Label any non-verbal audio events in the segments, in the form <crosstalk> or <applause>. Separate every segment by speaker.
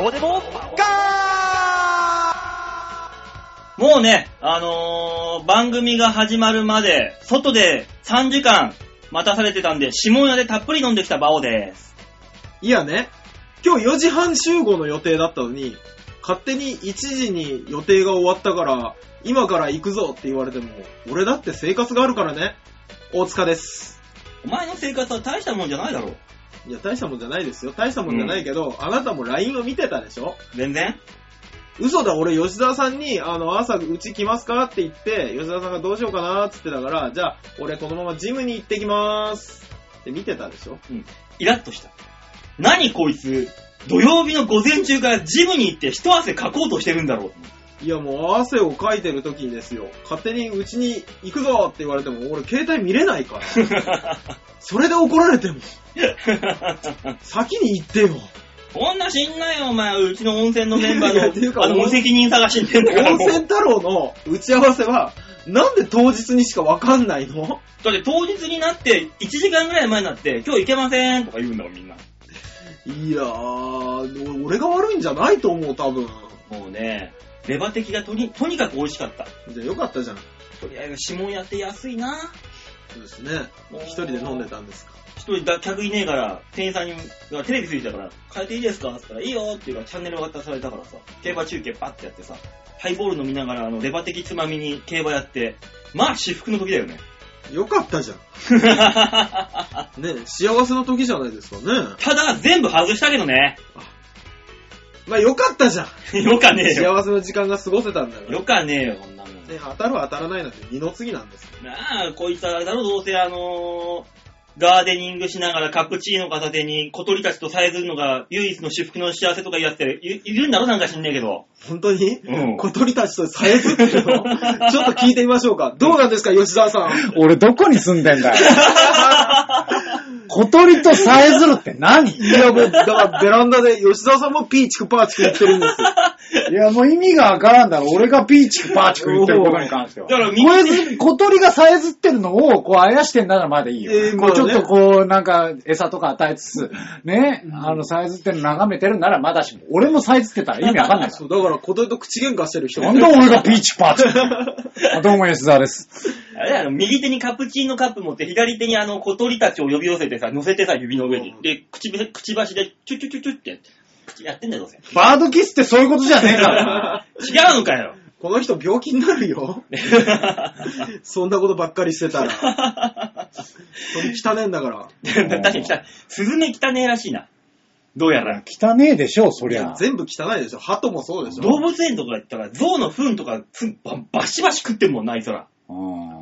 Speaker 1: オデモ
Speaker 2: もうね、あのー、番組が始まるまで、外で3時間待たされてたんで、下屋でたっぷり飲んできたバオです。
Speaker 3: いやね、今日4時半集合の予定だったのに、勝手に1時に予定が終わったから、今から行くぞって言われても、俺だって生活があるからね。大塚です。
Speaker 2: お前の生活は大したもんじゃないだろ。
Speaker 3: いや、大したもんじゃないですよ。大したもんじゃないけど、あなたも LINE を見てたでしょ
Speaker 2: 全然。
Speaker 3: 嘘だ、俺吉沢さんに、あの、朝うち来ますかって言って、吉沢さんがどうしようかなーって言ってたから、じゃあ、俺このままジムに行ってきまーす。って見てたでしょ
Speaker 2: イラッとした。何こいつ、土曜日の午前中からジムに行って一汗かこうとしてるんだ
Speaker 3: <laughs>
Speaker 2: ろう。
Speaker 3: いや、もう汗をかいてる時にですよ、勝手にうちに行くぞって言われても、俺携帯見れないから。それで怒られても、先に行ってよ。
Speaker 2: こんな死んないよ、お前。うちの温泉のメンバ
Speaker 3: いやってい
Speaker 2: ー
Speaker 3: う
Speaker 2: の、
Speaker 3: か
Speaker 2: あの、無責任探しに出んだから
Speaker 3: 温
Speaker 2: もう。
Speaker 3: 泉太郎の打ち合わせは、なんで当日にしかわかんないの
Speaker 2: だって当日になって、1時間ぐらい前になって、今日行けませんとか言うんだろ、みんな。
Speaker 3: いやー、俺が悪いんじゃないと思う、多分。
Speaker 2: もうね、レバ的がとに、とにかく美味しかった。
Speaker 3: じゃあよかったじゃん。
Speaker 2: とりあえず指紋やって安いな。
Speaker 3: そうですね。一人で飲んでたんですか。
Speaker 2: 一人だ、客いねえから、店員さんに、がテレビついてたから、変えていいですかって言ったら、いいよっていうから、チャンネル渡されたからさ、競馬中継パッてやってさ、ハイボール飲みながら、あの、レバ的つまみに競馬やって、まあ、至福の時だよね。 <laughs>
Speaker 3: よかったじゃん。ね幸せの時じゃないですかね。
Speaker 2: ただ、全部外したけどね。 <laughs>
Speaker 3: まあよかったじゃん。
Speaker 2: よかねえよ。
Speaker 3: 幸せの時間が過ごせたんだから。
Speaker 2: よかねえよ、こんなもん。
Speaker 3: ね、当たる当たらないなんて二の次なんですよ
Speaker 2: なあ、こいつはあれだろ、どうせあのーガーデニングしながらカプチーノ片手に小鳥たちとさえずるのが唯一の至福の幸せとか言い合ってる、いいるんだろなんか知んねえけど。
Speaker 3: 本当に、
Speaker 2: うん
Speaker 3: 小鳥たちとさえずっていうの
Speaker 4: <laughs>
Speaker 3: ちょっと聞いてみましょうか。どうなんですか、吉沢さん。
Speaker 4: 俺どこに住んでんだよ。小鳥とさえずるって何
Speaker 3: いや、もう、 <laughs> だからベランダで吉沢さんもピーチクパーチク言ってるんですよ。
Speaker 4: いや、もう意味がわからんだろ。俺がピーチクパーチク言ってることに関しては。
Speaker 2: だからみん
Speaker 4: こ
Speaker 2: な、
Speaker 4: れ、小鳥がさえずってるのを、こう、あやしてんならまだいいよ。
Speaker 3: えー
Speaker 4: こ
Speaker 3: ま
Speaker 4: う
Speaker 3: あ
Speaker 4: ちょ
Speaker 3: ね
Speaker 4: っとこう、なんか、餌とか与えつつ、ね、あの、さえずってるの眺めてるならまだしも、俺もさえずってたら意味わか <laughs> んないか
Speaker 3: そう、だから小鳥と口喧嘩してる人
Speaker 4: ら。なんで俺がピーチクパーチクあどうも吉沢です。
Speaker 2: あれだよ、右手にカプチーノカップ持って、左手にあの小鳥たちを呼び寄せてさ、乗せてさ、指の上に
Speaker 3: う。ん
Speaker 2: で、口び、くちばしで、チュチュチュチュって、口やってんだよ、 <laughs> どうせ。
Speaker 4: バードキスってそういうことじゃねえから。
Speaker 2: 違うのか <laughs> よ。
Speaker 3: この人病気になるよ。そんなことばっかりしてた
Speaker 4: <laughs>
Speaker 3: ら。鳥汚えんだから。
Speaker 2: 確かに汚い。スズメ汚ねえらしいな。どうやら。
Speaker 4: <laughs> 汚ねえでしょ、そ
Speaker 3: い
Speaker 4: り
Speaker 3: や
Speaker 4: ゃ。
Speaker 3: 全部汚いでしょ。鳩もそうでしょ。
Speaker 2: 動物園とか行ったら、象の糞とかつば、バシバシ食ってんもんな、あいつら。
Speaker 4: うん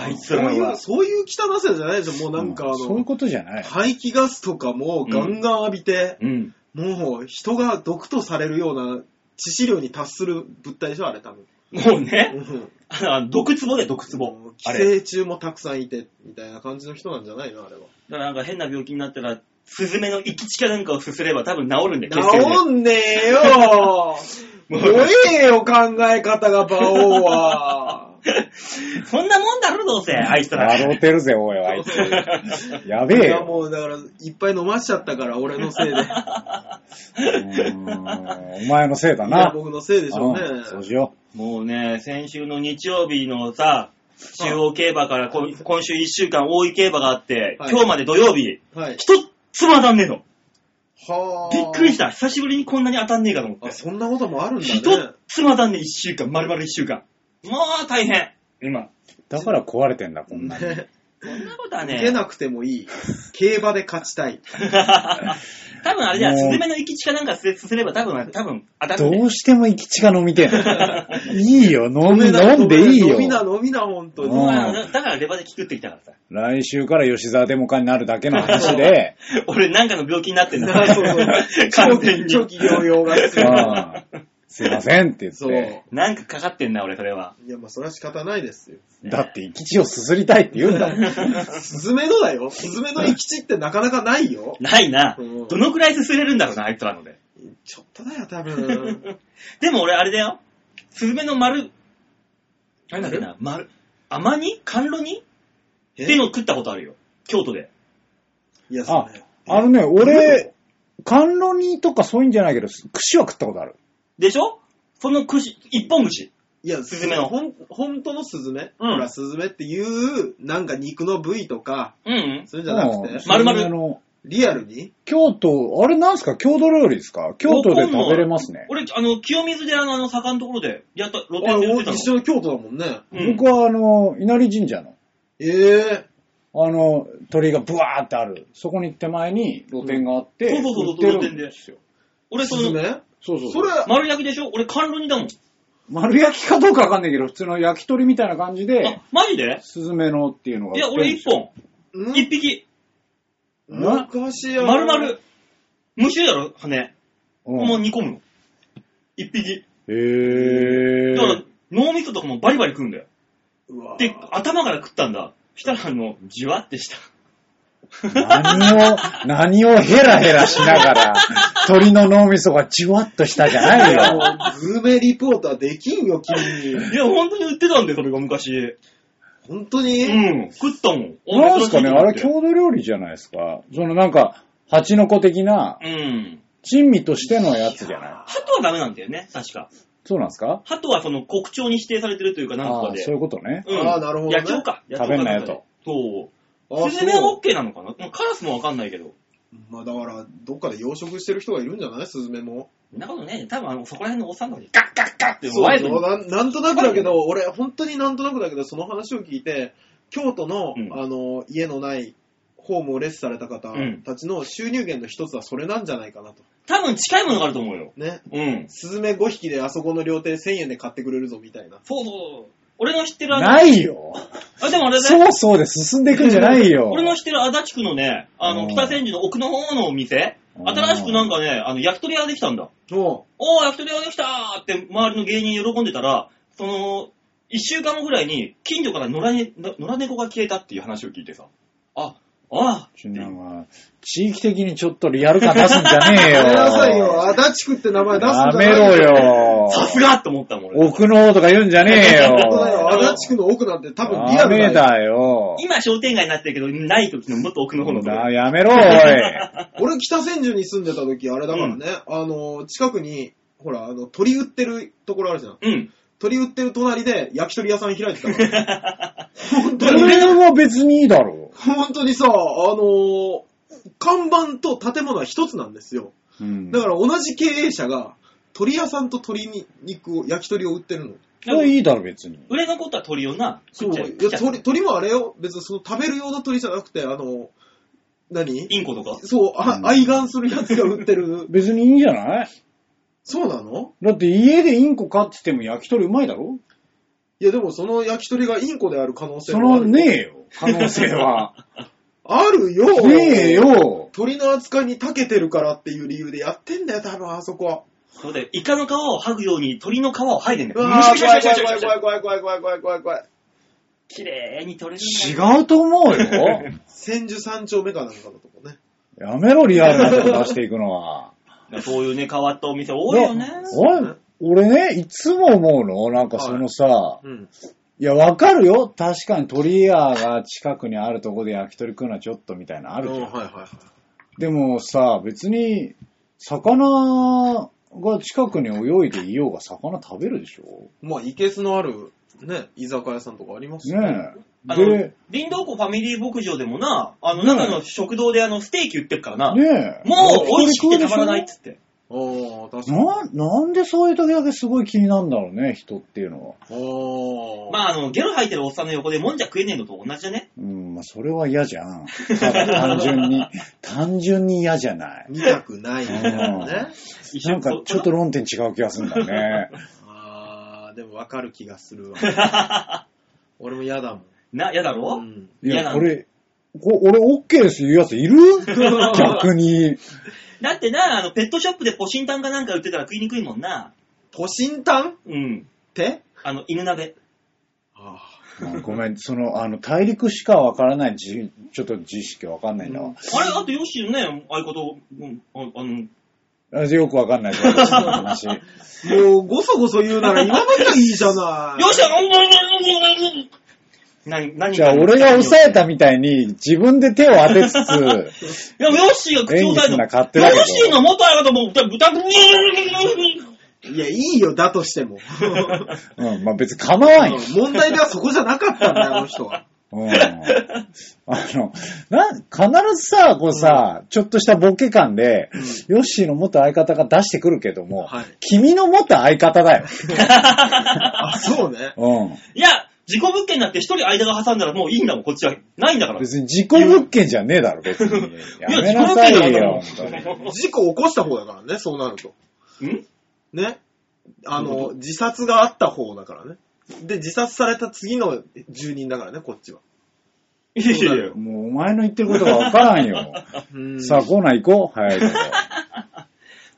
Speaker 2: あいつ
Speaker 3: そう
Speaker 2: ら
Speaker 3: いう、
Speaker 2: は。
Speaker 3: そういう汚さじゃないでしょ。もうなんかあ
Speaker 4: うそういう
Speaker 3: の、
Speaker 4: ことじゃない。
Speaker 3: 排気ガスとかもガンガン浴びて、
Speaker 2: うん。
Speaker 3: もう人が毒とされるような致死量に達する物体でしょ、あれ多分。
Speaker 2: もうね、
Speaker 3: うん
Speaker 2: あの、毒壺だよ、毒壺。あ
Speaker 3: 寄
Speaker 2: れ。
Speaker 3: 生虫もたくさんいて、みたいな感じの人なんじゃないのあれは。
Speaker 2: だからなんか変な病気になったら、スズメの生き血かなんかをすすれば多分治るんだよ、血清
Speaker 3: 治んねえ
Speaker 4: <laughs>
Speaker 3: よ
Speaker 2: もう
Speaker 3: 怖えよ、考え方が、馬王は。
Speaker 2: で。そんなもんだろ、どうせ、あいつら。
Speaker 4: 笑うてるぜ、おい、あいつ。や
Speaker 3: い
Speaker 4: べえ
Speaker 3: や、
Speaker 4: よ。
Speaker 3: もうだから、いっぱい飲ましちゃったから、俺のせいで。いや
Speaker 4: うーんお前のせいだな。
Speaker 3: 僕のせいでしょうね。
Speaker 4: うんそうしよ
Speaker 2: もうね、先週の日曜日のさ、中央競馬からこ今週1週間大井競馬があって、
Speaker 3: はい
Speaker 2: 今日まで土曜日、
Speaker 3: はい。
Speaker 2: 一つも当たんねえの。
Speaker 3: はあ。
Speaker 2: びっくりした。久しぶりにこんなに当たんねえかと思って
Speaker 3: あ、。そんなこともあるんだ
Speaker 2: 一
Speaker 3: <laughs> ね。
Speaker 2: つまだね、一週間、丸々一週間。もう大変。今。
Speaker 4: う。だから壊れてんだ、こ
Speaker 3: <laughs>
Speaker 4: んなの。
Speaker 2: そんなことは
Speaker 3: 受
Speaker 2: ね
Speaker 3: け。なくてもいい。競馬で勝ちたい。
Speaker 2: <laughs> 多分あれじゃん、ス
Speaker 4: もう
Speaker 2: ズメの行き地かなんかすすれば多分、多分当たる、
Speaker 4: ど
Speaker 2: ね。
Speaker 4: うしても行き地が飲みてえな。いいよ、飲み、飲んでいいよ
Speaker 3: 飲。みな、飲みな、本当
Speaker 4: う
Speaker 3: に。
Speaker 4: ん
Speaker 2: まあだだからレバーで聞くってきたからさ。
Speaker 4: 来週から吉沢デモカになるだけの話で、
Speaker 2: 俺なんかの病気になってんだ。
Speaker 3: な <laughs> そうそ
Speaker 2: <laughs>
Speaker 3: う。
Speaker 2: 完全に
Speaker 3: 長期長期療養が必要。
Speaker 4: うんすいませんって言っ
Speaker 3: そう。
Speaker 4: て、
Speaker 2: なんかかかってんな、俺それは。
Speaker 3: いや、まあ、それは仕方ないですよ。
Speaker 4: だって行き地をすすりたいって言うんだもん。
Speaker 3: スズメのだよ。スズメの生き地ってなかなかないよ。
Speaker 2: ないな。
Speaker 3: うん
Speaker 2: どのくらいすすれるんだろうな、あいつらので。
Speaker 3: ちょっとだよ、
Speaker 2: <laughs>
Speaker 3: 多分。
Speaker 2: でも俺あれだよ。スズメの丸、なんだっけな、丸、甘煮甘露煮っていうのを食ったことあるよ。京都で。
Speaker 3: いや、そ
Speaker 4: あ
Speaker 3: うね。、
Speaker 4: あのね、俺、甘露煮とかそういうんじゃないけど、串は食ったことある。
Speaker 2: でしょその串、一本串。
Speaker 3: いや、
Speaker 2: スズメの
Speaker 3: ほん、本当のスズメ
Speaker 2: うん
Speaker 3: ほら、スズメっていう、なんか肉の部位とか、
Speaker 2: うんうん。
Speaker 3: そういうんじゃなく
Speaker 4: うん
Speaker 3: て、
Speaker 2: 丸々
Speaker 4: あの、
Speaker 3: リアルに
Speaker 4: 京都、あれなんすか郷土料理ですか京都で食べれますね。
Speaker 2: 俺、あの、清水寺のあの坂のところで、やった、露
Speaker 3: あ
Speaker 2: 店で
Speaker 3: れ、
Speaker 2: 売っ
Speaker 3: お
Speaker 2: てたの。
Speaker 3: 一緒の京都だもんね。
Speaker 2: うん
Speaker 4: 僕はあの、稲荷神社の、
Speaker 3: ええ
Speaker 4: あの、鳥居がブワーってある。そこに手前に露店があって、
Speaker 2: うんそうそうそう
Speaker 4: 売ってるん
Speaker 2: 露店で
Speaker 4: よ。
Speaker 2: 俺、そ
Speaker 3: スズ
Speaker 2: の、
Speaker 3: メ
Speaker 4: そうそう
Speaker 3: それ、
Speaker 2: 丸焼きでしょ俺、甘露煮だもん。
Speaker 4: 丸焼きかどうかわかんないけど、普通の焼き鳥みたいな感じで
Speaker 2: あ、、マジで
Speaker 4: スズメのっていうのが
Speaker 2: いや、
Speaker 4: 売ってるん
Speaker 2: 俺
Speaker 4: で
Speaker 2: 一
Speaker 4: すよ。
Speaker 2: 本。
Speaker 3: ん
Speaker 2: 一匹。
Speaker 3: 昔や。
Speaker 2: 丸々。無臭だろ、羽。
Speaker 4: うん
Speaker 2: もう煮込むの。一匹。だ
Speaker 4: へー。
Speaker 2: から、脳みそとかもバリバリ食うんだよ。
Speaker 3: うわ
Speaker 2: で、頭から食ったんだ。したら、あの、じわってした。
Speaker 4: 何を、何をヘラヘラしながら、鳥の脳みそがじわっとしたじゃない
Speaker 3: いや
Speaker 4: よ。
Speaker 3: もうグルメリポーターできんよ、君に。
Speaker 2: いや、本当に売ってたんだよ、それが昔。
Speaker 3: 本当に、
Speaker 2: うん。食ったもん。
Speaker 4: なんすかね、あれ
Speaker 2: 日。
Speaker 4: 郷土料理じゃないですか。そのなんか、蜂の子的な、
Speaker 2: うん。
Speaker 4: 珍味としてのやつじゃない。
Speaker 2: 鳩はダメなんだよね、確か。
Speaker 4: そうなんですか
Speaker 2: 鳩はその国鳥に指定されてるというか、なん
Speaker 4: あ
Speaker 2: か
Speaker 4: あ、
Speaker 2: で。
Speaker 4: そういうことね。
Speaker 2: うん。
Speaker 3: ああなるほどね
Speaker 2: 野鳥か。野鳥か
Speaker 4: 食べんなよと。
Speaker 2: そう。
Speaker 3: あ、
Speaker 2: スズメは OK なのかなまあカラスもわかんないけど。
Speaker 3: まあだから、どっかで養殖してる人がいるんじゃないスズメも。
Speaker 2: そんなことね、多分あの、そこら辺のおっさんとかにガッガッガッって
Speaker 3: そう
Speaker 2: ワイルド
Speaker 3: そう
Speaker 2: に
Speaker 3: なんなんとなくだけど、俺、本当になんとなくだけど、その話を聞いて、京都の、
Speaker 2: うん
Speaker 3: あの、家のない、ホームをレスされた方
Speaker 2: うん
Speaker 3: たちの収入源の一つはそれなんじゃないかなと。
Speaker 2: 多分近いものがあると思うよ。
Speaker 3: ね。
Speaker 2: うん。
Speaker 3: スズメ5匹であそこの料亭1000円で買ってくれるぞみたいな。
Speaker 2: そうそう。俺の知ってるあの、
Speaker 4: ないよ。
Speaker 2: あ、でもあれだ
Speaker 4: そ
Speaker 2: ね。
Speaker 4: うそうで進んでいくんじゃないよ。
Speaker 2: 俺の知ってる足立区のね、あ
Speaker 4: う
Speaker 2: の、
Speaker 4: ん
Speaker 2: 北千住の奥の方のお店、
Speaker 4: うん
Speaker 2: 新しくなんかね、あの、焼き鳥屋ができたんだ。
Speaker 3: お
Speaker 2: おー、焼き鳥屋できたーって周りの芸人喜んでたら、その、一週間後ぐらいに近所から野良,、ね、野良猫が消えたっていう話を聞いてさ、あ、ああ、
Speaker 4: ちゅうのは地域的にちょっとリアル感出すんじゃねえ
Speaker 3: や
Speaker 4: よ。
Speaker 3: めなさいよ。足立区って名前出すんじゃ
Speaker 4: や
Speaker 3: ない
Speaker 4: めろ。よ。
Speaker 2: さすがって思ったもん俺。
Speaker 4: 奥の方とか言うんじゃねえ
Speaker 3: 本当だ
Speaker 4: よ。
Speaker 3: よ。足立区の奥なんて多分リア
Speaker 4: ダ
Speaker 3: ル
Speaker 4: メ
Speaker 3: だよ。
Speaker 4: だよ。
Speaker 2: 今商店街になってるけど、ない時のもっと奥の方のところ。
Speaker 4: だやめろ、お
Speaker 3: 俺北千住に住んでた時、あれだからね、あの、近くに、ほら、あの、鳥売ってるところあるじゃん。
Speaker 2: うん。
Speaker 3: 鳥売ってる隣で焼き鳥屋さん開いてたから。本当
Speaker 4: い。そ
Speaker 3: に、
Speaker 4: れは別にいいだろ
Speaker 3: 本当にさ、あの、看板と建物は一つなんですよ。
Speaker 4: う。うん
Speaker 3: だ。から同じ経営者が、鳥屋さんと鶏肉を、焼き鳥を売ってるの。
Speaker 4: それいいだろ、別に。
Speaker 2: 売れ残った鳥をな、
Speaker 3: そ
Speaker 2: 食
Speaker 3: う。
Speaker 2: っちゃ
Speaker 3: いや
Speaker 2: う食っちゃう
Speaker 3: 鳥、鳥もあれよ。別にその食べる用の鳥じゃなくて、あの、何
Speaker 2: インコとか。
Speaker 3: そう、あ
Speaker 4: うん。
Speaker 3: 愛玩するやつが売ってる
Speaker 4: 別にいいんじゃない
Speaker 3: そうなの
Speaker 4: だって家でインコ飼ってても焼き鳥うまいだろ
Speaker 3: いや、でもその焼き鳥がインコである可能性
Speaker 4: そ
Speaker 3: もあ
Speaker 4: の
Speaker 3: る。
Speaker 4: ねえよ、可能性は。
Speaker 3: あるよ。
Speaker 4: <laughs> ねえ。よ。
Speaker 3: 鳥の扱いに長けてるからっていう理由でやってんだよ、多分あそこは。
Speaker 2: そうで、イカの皮を剥ぐように鳥の皮を剥いでんだ
Speaker 3: う
Speaker 2: よ。
Speaker 3: わー、怖い怖い怖い
Speaker 2: い。
Speaker 3: 怖い怖い怖い怖い怖い怖い怖い。
Speaker 2: 綺麗に取れるんだよ。
Speaker 4: 違うと思うよ。
Speaker 3: 千住三丁目かなんかのとこね。
Speaker 4: <laughs> やめろ、リアルなとこ出していくのは。
Speaker 2: そういうね、変わったお店多いよね。
Speaker 4: なお俺ね、いつも思うのなんかそのさ、
Speaker 3: うん。
Speaker 4: いや、わかるよ。確かに鳥屋が近くにあるとこで焼き鳥食うのはちょっとみたいなのあ
Speaker 3: あ
Speaker 4: るじゃん。
Speaker 3: はいはいはい。
Speaker 4: でもさ、別に、魚が近くに泳いでいようが魚食べるでしょ
Speaker 3: まあ、いけすのある、ね、居酒屋さんとかありますよ
Speaker 4: ねえ。
Speaker 2: あの
Speaker 4: で、
Speaker 2: 林道湖ファミリー牧場でもな、あの中の食堂であのステーキ売ってるからな、
Speaker 4: ねえ。
Speaker 2: もう美味しくてたまらないっ
Speaker 4: 焼き
Speaker 2: つって。
Speaker 3: あー、確かに。
Speaker 4: 鳥食うでしょな、なんでそういう時だけすごい気になるんだろうね、人っていうのは。
Speaker 3: あー。
Speaker 2: まああの、ゲロ吐いてるおっさんの横でもんじゃ食えねえのと同じじゃね
Speaker 4: うん、まあそれは嫌じゃん。ただ単純
Speaker 2: <laughs>
Speaker 4: に、単純に嫌じゃない。
Speaker 3: 見たくないみたいなね。
Speaker 2: 一緒
Speaker 4: な
Speaker 2: に
Speaker 4: んかちょっと論点違う気がするんだね。
Speaker 3: あー、でもわかる気がするわ。
Speaker 4: <laughs>
Speaker 3: 俺も嫌だもん。
Speaker 2: な、やだろ、
Speaker 3: うん
Speaker 4: い
Speaker 2: 嫌
Speaker 4: や、
Speaker 2: な
Speaker 4: こ
Speaker 2: の
Speaker 4: れ、こ俺 OK です言うやつい
Speaker 2: <laughs>
Speaker 4: る逆に。
Speaker 2: だってな、あの、ペットショップでポシンタンかなんか売ってたら食いにくいもんな。
Speaker 3: ポシンタンっ
Speaker 2: うん。
Speaker 3: て
Speaker 2: あの、犬鍋。
Speaker 3: あ
Speaker 4: あごめん、その、あの、大陸しかわからないじ、ちょっと知識わかんないんだわ。
Speaker 2: あれ、あとヨッシーのね、相方、うん、ああの、
Speaker 4: あよくわかんないから私の
Speaker 2: <laughs>
Speaker 4: 話。
Speaker 3: ーもう、ごそごそ言うなら今までいいじゃな
Speaker 2: ヨッ
Speaker 3: い。
Speaker 2: シーは、うんうんうんうんうん何、何
Speaker 4: じゃあ、俺が抑えたみたいに、自分で手を当てつつ、
Speaker 2: いや、ヨッシーが口を押さえ
Speaker 4: 演技すん
Speaker 2: た
Speaker 4: な勝手
Speaker 2: ヨ
Speaker 4: だけど
Speaker 2: ッシーの元相方も、豚、豚、ブー
Speaker 3: いや、いいよ、だとしても。
Speaker 4: うん、まあ別に構わんよ。
Speaker 3: 問題ではそこじゃなかったんだよ、あの人は。
Speaker 4: うん。あの、なん、必ずさ、こうさ、ちょっとしたボケ感で、ヨッシーの元相方が出してくるけども、
Speaker 3: はい
Speaker 4: 君の元相方だよ。
Speaker 3: あ、そうね。
Speaker 4: う
Speaker 2: いや、自己物件になって一人間が挟んだらもういいんだもん、こっちは。ないんだか
Speaker 4: ん。
Speaker 2: ら。い
Speaker 4: 別に事故物件じゃねえだろ、別に。や
Speaker 2: や、
Speaker 4: め
Speaker 2: 自己
Speaker 4: な
Speaker 2: 物
Speaker 4: さ
Speaker 2: 件
Speaker 4: い
Speaker 2: だから
Speaker 4: よ、本当に。
Speaker 2: も
Speaker 3: 事故起こした方だからね、そうなると。
Speaker 2: う。ん
Speaker 3: ね。あの、自殺があった方だからね。で、自殺された次の住人だからね、こっちは。
Speaker 2: いやいやいや。
Speaker 4: もうお前の言ってることがわからんよ。
Speaker 3: うん
Speaker 4: さあ、コーナー行こう。はい。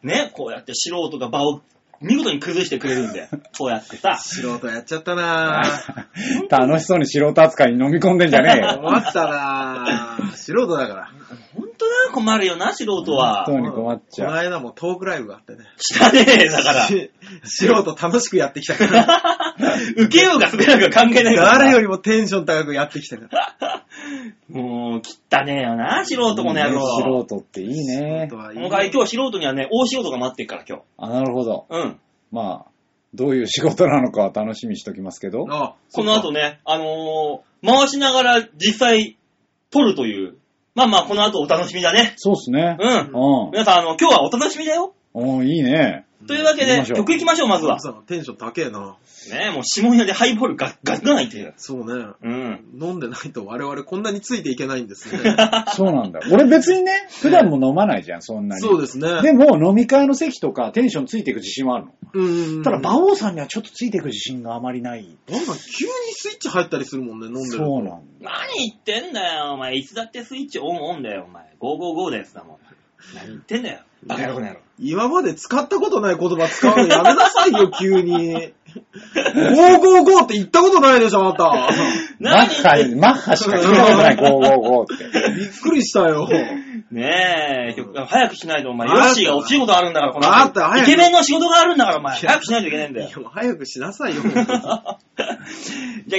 Speaker 2: ね、こうやって素人が場を見事に崩してくれる
Speaker 4: <laughs>
Speaker 2: んで、こうやってさ。
Speaker 3: 素人やっちゃったなぁ。
Speaker 4: 楽しそうに素人扱いに飲み込んでんじゃねえよ。
Speaker 3: 困ったなぁ。素人だから。
Speaker 2: ほんとな、困るよな、素人は。
Speaker 4: 本当に困っ
Speaker 3: こ
Speaker 4: ちゃ
Speaker 3: の
Speaker 4: う。
Speaker 3: 間もトークライブがあってね。
Speaker 2: したねえ、だから。
Speaker 3: し素人楽しくやってきたから。
Speaker 2: 受けようが滑らうが関係ないから。
Speaker 3: 誰よりもテンション高くやってきたから。
Speaker 2: もう、汚ねえよな、素人この野
Speaker 4: いいね
Speaker 2: 郎。
Speaker 4: 素人っていいね
Speaker 3: 素人。はいい
Speaker 2: この代わり今日素人にはね、大仕事が待ってるから、今
Speaker 4: あ、なるほど。
Speaker 2: 日。うん。
Speaker 4: まあ、どういう仕事なのかは楽しみにしときますけど。
Speaker 3: あ
Speaker 2: この後ね、あのー、回しながら実際撮るという。まあまあ、この後お楽しみだね。
Speaker 4: そうっすね。
Speaker 2: うん。
Speaker 4: うん。
Speaker 2: 皆さん、あの、今日はお楽しみだよ。
Speaker 4: うん、いいね。
Speaker 2: というわけで、
Speaker 4: 行きましょう
Speaker 2: 曲行きましょう、まずは。
Speaker 3: さんテンション高えな
Speaker 2: ねもう、下屋でハイボールガッガッガないっていう。
Speaker 3: そうね。
Speaker 2: うん。
Speaker 3: 飲んでないと我々こんなについていけないんです
Speaker 4: <laughs>
Speaker 3: ね。
Speaker 4: そうな
Speaker 3: <laughs>
Speaker 4: んだ。俺別にね、普段も飲まないじゃん、そんなに。
Speaker 3: そうですね。
Speaker 4: でも、飲み会の席とかテンションついていく自信はあるの。
Speaker 3: うん。
Speaker 4: ただ、馬王さんにはちょっとついていく自信があまりない。
Speaker 3: なんか急にスイッチ入ったりするもんね、飲んでると。
Speaker 4: そうなんだ。
Speaker 2: 何言ってんだよ、お前。いつだってスイッチオンオンだよ、お前。555のやつだもん。何言ってんだよ。バカ野郎この野郎。
Speaker 3: 今まで使ったことない言葉使うのやめなさいよ、急
Speaker 4: <laughs>
Speaker 3: に。555って言ったことないでしょ、あな
Speaker 4: <laughs>
Speaker 3: た。
Speaker 4: マ
Speaker 2: 何
Speaker 4: ッハ、マッハしか聞いたことない、555って。
Speaker 3: <laughs> びっくりしたよ。
Speaker 2: ねえ、曲が早くしないと、お前、
Speaker 3: あ
Speaker 2: ヨ
Speaker 3: んた
Speaker 2: ッシーがお仕事あるんだから、この
Speaker 3: あんた
Speaker 2: 後。
Speaker 3: 早
Speaker 2: イ
Speaker 3: く
Speaker 2: ケメンの仕事があるんだから、お前。
Speaker 3: いや
Speaker 2: 早くしないといけないんだよ <laughs>
Speaker 3: いや、。もう早くしなさいよ、本当に
Speaker 2: じゃあ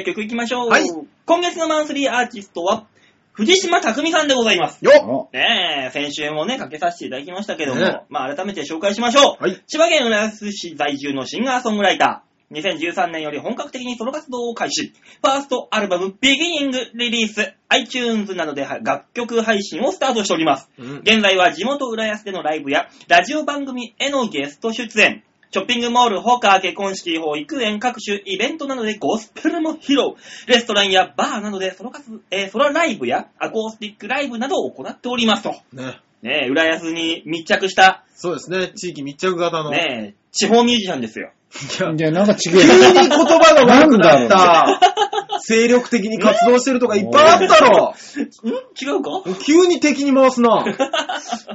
Speaker 2: 曲いきましょう。
Speaker 3: はい
Speaker 2: 今月のマンスリーアーティストは、藤島匠さんでございます。
Speaker 3: よ
Speaker 2: ねえ、先週もね、かけさせていただきましたけども、
Speaker 3: ね
Speaker 2: まあ改めて紹介しましょう。
Speaker 3: はい
Speaker 2: 千葉県浦安市在住のシンガーソングライター。2013年より本格的にソロ活動を開始。ファーストアルバム、ビギニングリリース、iTunes などで楽曲配信をスタートしております。
Speaker 3: うん
Speaker 2: 現在は地元浦安でのライブや、ラジオ番組へのゲスト出演、ショッピングモール、ホカー、結婚式、保育園、各種イベントなどでゴスペルも披露、レストランやバーなどでソロ活、えーソロライブやアコースティックライブなどを行っておりますと。
Speaker 3: ね。
Speaker 2: ねえ、浦安に密着した、
Speaker 3: そうですね、地域密着型の。
Speaker 2: ねえ、地方ミュージシャンですよ。
Speaker 3: いや
Speaker 4: いや、なんか
Speaker 3: 急
Speaker 4: 違
Speaker 3: に
Speaker 4: う。
Speaker 3: 言葉が悪くな
Speaker 4: な
Speaker 3: っ
Speaker 4: んだ
Speaker 3: た。精力的に活動してるとかいっぱいあったろ。
Speaker 2: ん違うか
Speaker 3: 急に敵に回すな。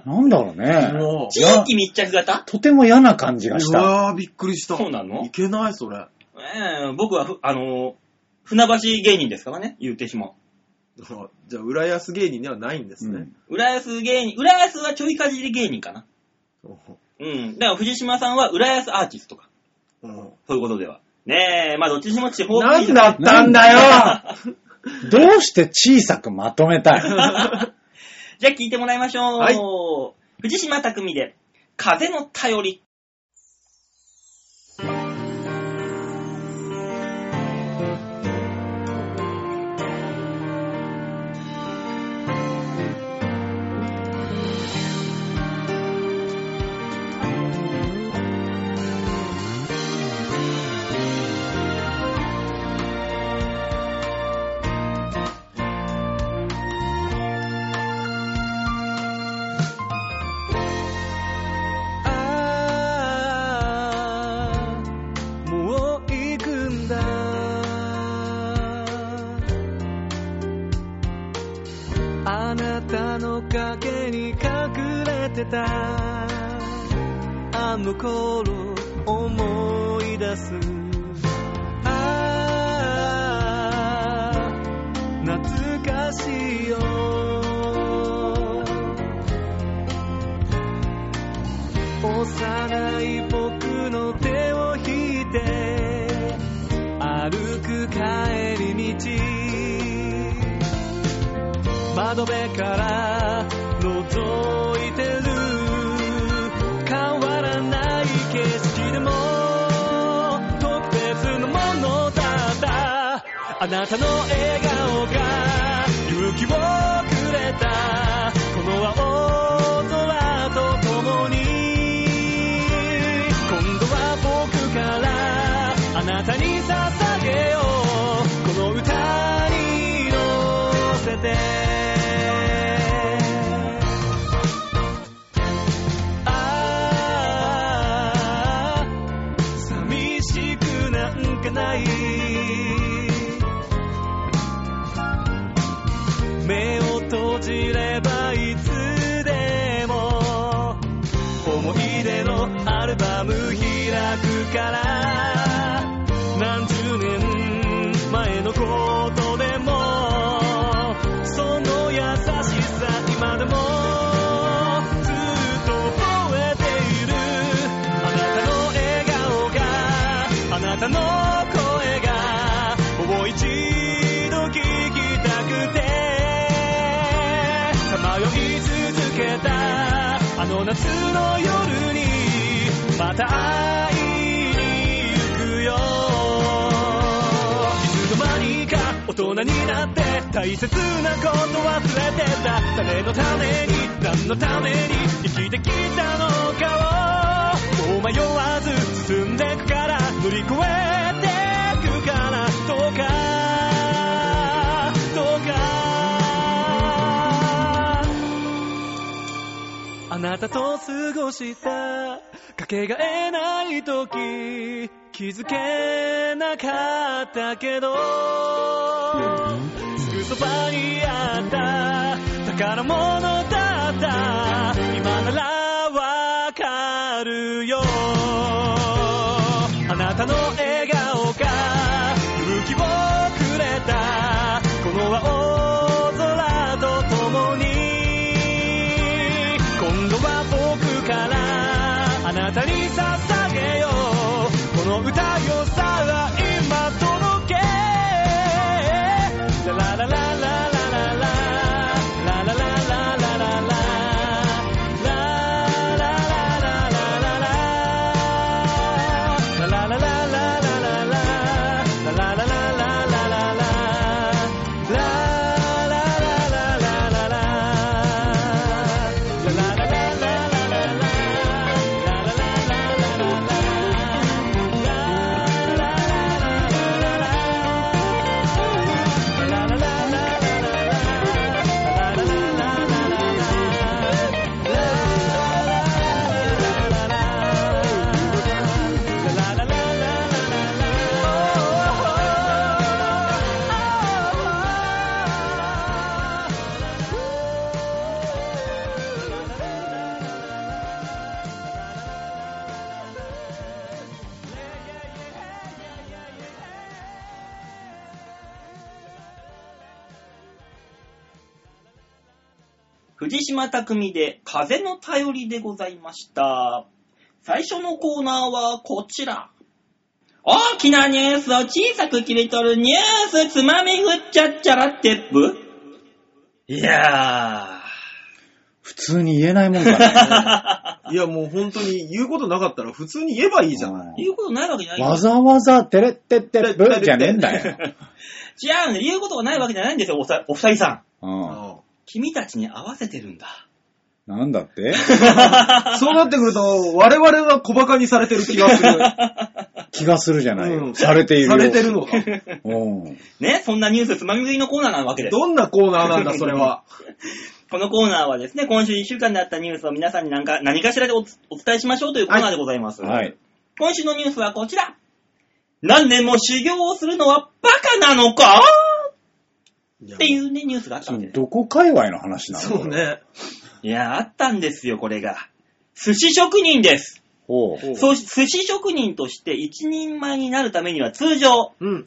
Speaker 4: なんだろうね。
Speaker 3: も
Speaker 2: 地
Speaker 4: いや
Speaker 2: 域密着型
Speaker 4: とても嫌な感じがし
Speaker 3: う
Speaker 4: た。
Speaker 3: わー、びっくりした。
Speaker 2: そうなの
Speaker 3: いけない、それ。
Speaker 2: ええ僕はふ、あのー船橋芸人ですからね、言うてしまう。
Speaker 3: じゃあ、浦安芸人ではないんですね。
Speaker 2: 浦安芸人、浦安はちょいかじり芸人かな。うん。だから藤島さんは浦安アーティストか。
Speaker 3: うん
Speaker 2: そういうことでは。ねえ、まあどっちにしも地方
Speaker 3: なんだったんだよ
Speaker 4: うんどうして小さくまとめた
Speaker 2: <laughs>
Speaker 3: <laughs>
Speaker 4: い
Speaker 2: じゃあ聞いてもらいましょう。
Speaker 3: はい
Speaker 2: 藤島匠で、風の頼り。
Speaker 1: ああもう行くんだあなたの影に隠れてたあの頃思い出すああ懐かしいよ幼い僕の手を引いて歩く帰り道窓辺から覗いてる変わらない景色でも特別なものだったあなたの笑顔が勇気をくれたこの青空と共に今度は僕からあなたに捧げようこの歌に乗せてああ寂しくなんかない目を閉じればいつでも思い出のアルバム開くから何十年前のことでもその優しさ今でもずっと覚えているあなたの笑顔があなたの声がもう一度聞きたくてさまよい続けたあの夏の夜にまた会いに行くよいつの間にか大人になって大切なこと忘れてた誰のために何のために生きてきたのかをもう迷わず進んでくから乗り越えてくからどうかどうかあなたと過ごしたかけがえない時気づけなかったけどすぐそばにあった宝物だった今ならわかるよあなたの笑顔が勇気をくれたこの青空と共に今度は僕からあなたに捧げようこの歌よさあ今届けラララララララララララララララ
Speaker 2: 藤島匠で風の頼りでございました。最初のコーナーはこちら。大きなニュースを小さく切り取るニュースつまみぐっちゃっちゃらテップ。いや
Speaker 4: 普通に言えないもんかね。
Speaker 3: いや、もう本当に言うことなかったら普通に言えばいいじゃない。
Speaker 2: ー、言うことないわけじゃない
Speaker 4: わざわざ、てれってってブーじゃねえんだよ。
Speaker 2: 違うんだよ言うことがないわけじゃないんですよ、おさお二人さん。
Speaker 4: うん。
Speaker 2: 君たちに合わせてるんだ。
Speaker 4: なんだって
Speaker 3: うんそうなってくると、我々は小馬鹿にされてる気がする。
Speaker 4: <laughs> 気がするじゃないよ。
Speaker 3: うん
Speaker 4: されているよ。
Speaker 3: されてるの
Speaker 4: <laughs>
Speaker 3: か。
Speaker 4: うん。
Speaker 2: ね、そんなニュースつまみ食いのコーナーなわけです。
Speaker 3: どんなコーナーなんだ、それ
Speaker 4: <laughs>
Speaker 3: は。
Speaker 2: このコーナーはですね、今週1週間であったニュースを皆さんに何か何かしらでおつお伝えしましょうというコーナーでございます。
Speaker 4: はい。
Speaker 2: 今週のニュースはこちら。何年も修行をするのはバカなのかっていうね、ニュースがあったんで、ね。
Speaker 4: どこ界隈の話なの
Speaker 3: そう。ね。
Speaker 2: いや、あったんですよ、これが。寿司職人です。
Speaker 4: ほう。
Speaker 3: おう
Speaker 2: そう寿司職人として一人前になるためには通常、
Speaker 3: うん。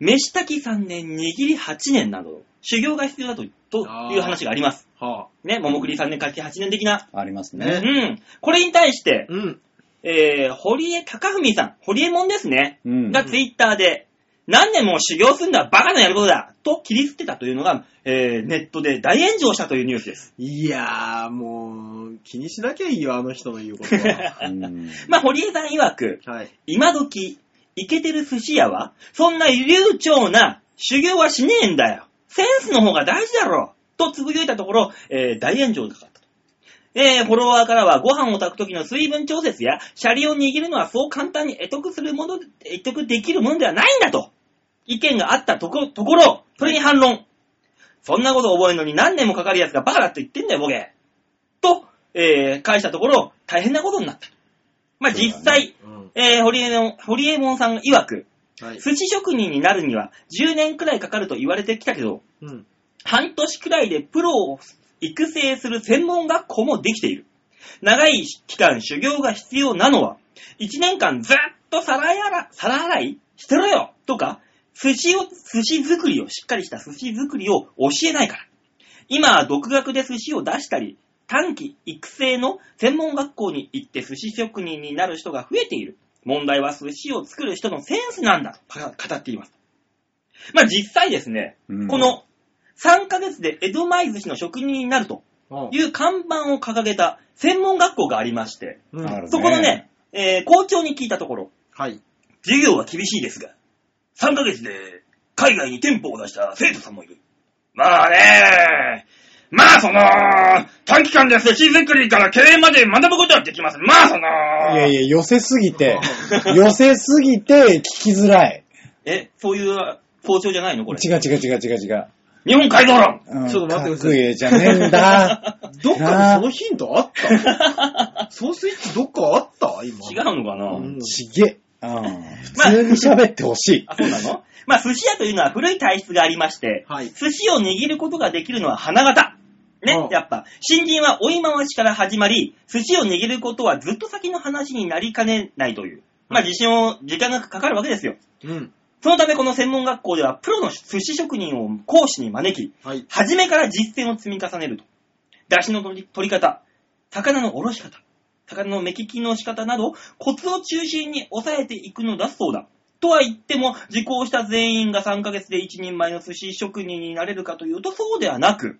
Speaker 2: 飯炊き3年、握り8年など、修行が必要だとと
Speaker 3: あー
Speaker 2: いう話があります。
Speaker 3: はあ。
Speaker 2: ね、桃栗3年、かき8年的な。
Speaker 4: あります
Speaker 2: う
Speaker 4: ね。
Speaker 3: ね
Speaker 2: ん。これに対して、
Speaker 3: うん。
Speaker 2: えー、堀江貴文さん、堀江門ですね。
Speaker 4: うん。
Speaker 2: がツイッターで、何年も修行すんだ、バカなやることだと切り捨てたというのが、えー、ネットで大炎上したというニュースです。
Speaker 3: いやー、もう、気にしなきゃいいよ、あの人の言うことは。 <laughs>
Speaker 4: うん
Speaker 2: <laughs> まあ、堀江さん曰く、
Speaker 3: はい。
Speaker 2: 今時、イケてる寿司屋は、そんな流暢な修行はしねえんだよ。センスの方が大事だろ。とつぶやいたところ、えー大炎上がかかったと。えーフォロワーからは、ご飯を炊く時の水分調節や、シャリを握るのはそう簡単に得得するもの、得得できるものではないんだと、意見があったところ、ところそれに反論。そんなこと覚えるのに何年もかかるやつがバカだって言ってんだよ、ボケ。と、えー返したところ、大変なことになった。まあ、
Speaker 4: そうだね
Speaker 2: 実際、
Speaker 3: うん。
Speaker 2: えー、ホリエモン、ホリエモンさんが曰く、
Speaker 3: はい。
Speaker 2: 寿司職人になるには10年くらいかかると言われてきたけど、
Speaker 3: うん。
Speaker 2: 半年くらいでプロを育成する専門学校もできている。長い期間修行が必要なのは、1年間ずっと皿やら、皿洗いしてろよとか、寿司を、寿司作りを、しっかりした寿司作りを教えないから。今は独学で寿司を出したり、短期育成の専門学校に行って寿司職人になる人が増えている。問題は寿司を作る人のセンスなんだと語っています。まあ実際ですね、
Speaker 4: うん
Speaker 2: この3ヶ月で江戸前寿司の職人になると
Speaker 3: うん
Speaker 2: いう看板を掲げた専門学校がありまして、
Speaker 3: うん
Speaker 4: なるほど
Speaker 2: そこのね、えー校長に聞いたところ、
Speaker 3: はい。
Speaker 2: 授業は厳しいですが、3ヶ月で海外に店舗を出した生徒さんもいる。まあねまあその、短期間で寿司作りから経営まで学ぶことはできます。まあその、
Speaker 4: いやいや、寄せすぎて、寄せすぎて聞きづらい。
Speaker 2: え、そういう校長じゃないのこれ。
Speaker 4: 違う違う違う違う違う。
Speaker 2: 日本改造論
Speaker 4: うん、
Speaker 3: ちょっと待ってください
Speaker 4: かっこええじゃねえんだ。
Speaker 3: どっかにそのヒントあったそのスイッチどっかあった今。
Speaker 2: 違うのかな、
Speaker 3: うん
Speaker 4: ちげえ。うん。普通に喋ってほしい。
Speaker 2: あ、そうなの <laughs> まあ、寿司屋というのは古い体質がありまして、
Speaker 3: はい
Speaker 2: 寿司を握ることができるのは花形。
Speaker 3: う
Speaker 2: ね
Speaker 3: ん、
Speaker 2: やっぱ、新人は追い回しから始まり、寿司を握ることはずっと先の話になりかねないという、まあ、自信を、時間がかかるわけですよ。
Speaker 3: うん。
Speaker 2: そのため、この専門学校では、プロの寿司職人を講師に招き、
Speaker 3: はい。
Speaker 2: 初めから実践を積み重ねると。出汁の取り取り方、魚のおろし方、魚の目利きの仕方など、コツを中心に抑えていくのだそうだ。とは言っても、受講した全員が3ヶ月で一人前の寿司職人になれるかというと、そうではなく、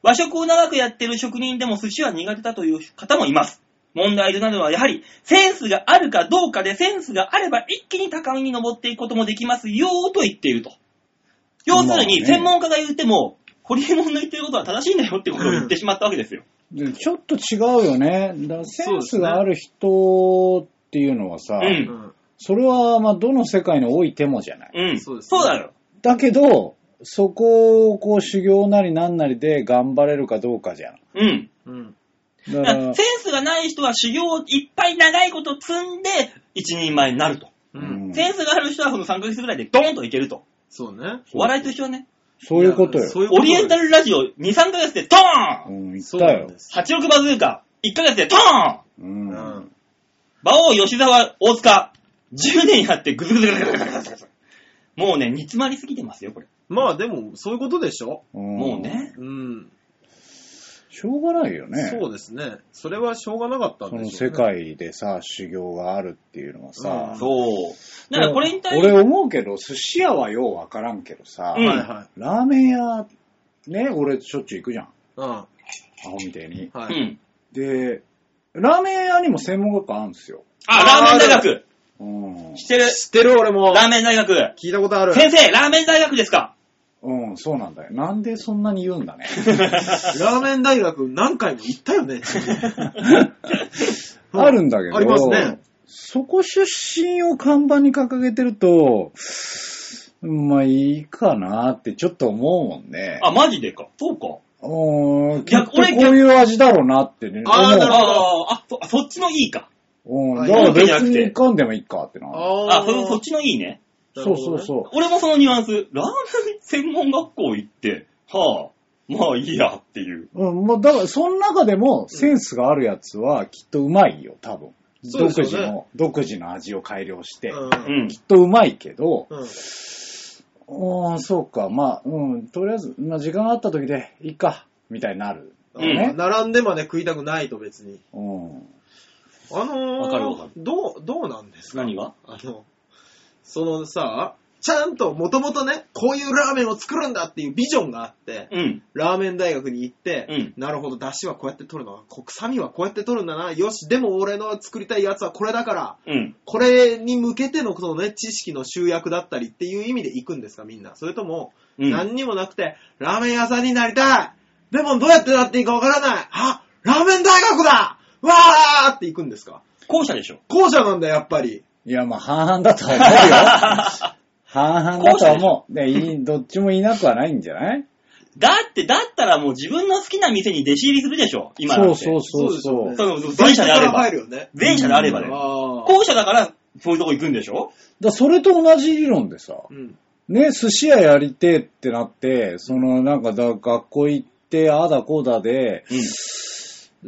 Speaker 2: 和食を長くやってる職人でも寿司は苦手だという方もいます。問題となるのは、やはり、センスがあるかどうかで、センスがあれば一気に高みに登っていくこともできますよーと言っていると。要するに、
Speaker 4: まあね
Speaker 2: 専門家が言っても、ホリエモンの言ってることは正しいんだよってことを言ってしまったわけですよ。
Speaker 4: でちょっと違うよね。だからセンスがある人っていうのはさ、
Speaker 2: う
Speaker 3: うんん。
Speaker 4: それはまあどの世界においてもじゃない。
Speaker 2: うん。
Speaker 3: そうですね
Speaker 2: そうだよ。
Speaker 4: だけど、そこをこう修行なりなんなりで頑張れるかどうかじゃん。
Speaker 2: うん。
Speaker 3: うん。
Speaker 4: だ
Speaker 2: だ
Speaker 4: か
Speaker 2: から
Speaker 4: ら
Speaker 2: セ、ンスがない人は修行をいっぱい長いこと積んで、一人前になると。
Speaker 3: う。
Speaker 4: うんん
Speaker 2: センスがある人はその3ヶ月ぐらいでドーンといけると。
Speaker 3: そうね。
Speaker 2: お笑いと一緒はね、
Speaker 4: そういうこと
Speaker 3: や
Speaker 4: よ。
Speaker 3: そういうこと
Speaker 2: オリエンタルラジオ2、3ヶ月でドー
Speaker 4: う
Speaker 2: ン
Speaker 4: ん、言っ
Speaker 3: そ
Speaker 4: た
Speaker 3: うなん
Speaker 4: よ
Speaker 3: で。す。
Speaker 2: !8 億バズーカ、1ヶ月でドーン
Speaker 4: うん。
Speaker 3: うん。
Speaker 2: 馬王、吉沢、大塚、10年やってグズグズグズグズグズグズグズ。もうね、煮詰まりすぎてますよ、これ。
Speaker 3: まあでも、そういうことでしょ
Speaker 2: も
Speaker 4: も
Speaker 2: う。ね。
Speaker 3: うん。
Speaker 4: しょうがないよね。
Speaker 3: そうですね。それはしょうがなかったん
Speaker 4: そ
Speaker 3: で
Speaker 4: の
Speaker 3: しょう
Speaker 4: 世
Speaker 3: ね。
Speaker 4: 界でさ、修行があるっていうのはさ、
Speaker 2: そう。だからこれに対して、
Speaker 4: 俺思うけど、寿司屋はようわからんけどさ、
Speaker 2: うん
Speaker 3: はいはい。
Speaker 4: ラーメン屋、ね、俺しょっちゅう行くじゃん。
Speaker 3: うん。
Speaker 4: アホみたいに。
Speaker 2: う
Speaker 3: はい。
Speaker 2: ん。
Speaker 4: で、ラーメン屋にも専門学科あるんですよ。
Speaker 2: あ、ラーメン大学
Speaker 4: うん。
Speaker 2: 知ってる
Speaker 3: 知ってる俺も。
Speaker 2: ラーメン大学
Speaker 3: 聞いたことある。
Speaker 2: 先生、ラーメン大学ですか
Speaker 4: うん、そうなんだよ。なんでそんなに言うんだね。
Speaker 3: <laughs> ラーメン大学何回も行ったよね。うん
Speaker 4: <laughs> あるんだけど。
Speaker 3: ありますね。
Speaker 4: そこ出身を看板に掲げてると、まあいいかなってちょっと思うもんね。
Speaker 2: あ、マジでか。そうか。
Speaker 4: うーん、きっ
Speaker 2: 逆
Speaker 4: とこう
Speaker 2: 俺逆
Speaker 4: いう味だろうなってね。
Speaker 3: あーなるほ
Speaker 2: あ
Speaker 3: ど
Speaker 2: ーあそあ、そっちのいいか。
Speaker 4: 思ううん、
Speaker 3: はい
Speaker 4: だから別
Speaker 2: じゃなくて
Speaker 4: に噛んでもいいかってな。
Speaker 2: あ、そ
Speaker 3: ー
Speaker 2: そっちのいいね。
Speaker 3: な
Speaker 4: そ
Speaker 3: る
Speaker 4: う
Speaker 3: ほ
Speaker 4: そ
Speaker 3: ど
Speaker 4: う
Speaker 3: ね
Speaker 4: そ
Speaker 2: 俺もそのニュアンス。ラーメン専門学校行って、はぁ、まあいいやっていう。
Speaker 4: う。うん、まあだから、その中でもセンスがあるやつはきっとうまいよ、多分。
Speaker 3: そうです
Speaker 4: 独
Speaker 3: よね
Speaker 4: 自の、独自の味を改良して。
Speaker 2: う
Speaker 3: うん
Speaker 2: ん。
Speaker 4: きっとうまいけど、
Speaker 3: うん。
Speaker 4: うーん、そうか、まあ、うん、とりあえず、まあ時間があった時で、いいか、みたいになる。
Speaker 2: うん
Speaker 3: うん並んでまで食いたくないと別に。
Speaker 4: うん。
Speaker 3: あのー
Speaker 2: わかるわかる
Speaker 3: どう、どうなんですか
Speaker 2: 何が
Speaker 3: あの、そのさ、ちゃんともともとね、こういうラーメンを作るんだっていうビジョンがあって、
Speaker 2: うん。
Speaker 3: ラーメン大学に行って、
Speaker 2: うん
Speaker 3: なるほど、出汁はこうやって取るのこ臭みはこうやって取るんだな。よし、でも俺の作りたいやつはこれだから、
Speaker 2: うん。
Speaker 3: これに向けてのこのね、知識の集約だったりっていう意味で行くんですか、みんな。それとも、
Speaker 2: うん。
Speaker 3: 何にもなくて、ラーメン屋さんになりたいでもどうやってなっていいかわからないあ、ラーメン大学だわーって行くんですか
Speaker 2: 後者でしょ。
Speaker 3: 後者なんだ、やっぱり。
Speaker 4: いや、まあ、半々だとは思うよ。
Speaker 3: <laughs>
Speaker 4: 半々だとは思う。で、いい、どっちもいなくはないんじゃない
Speaker 2: だって、だったらもう自分の好きな店に弟子入りするでしょ。今
Speaker 4: そうそうそ
Speaker 3: そ
Speaker 4: う
Speaker 3: う
Speaker 4: そう
Speaker 3: ですよね。
Speaker 2: そう前者であれば
Speaker 3: 最初から入るよね。
Speaker 2: 前者であればね。
Speaker 3: あー
Speaker 2: 後者だから、そういうとこ行くんでしょ
Speaker 4: だそれと同じ理論でさ、
Speaker 3: うん。
Speaker 4: ね、寿司屋やりてえってなって、その、なんかだ、学校行って、ああだこうだで、
Speaker 2: うん。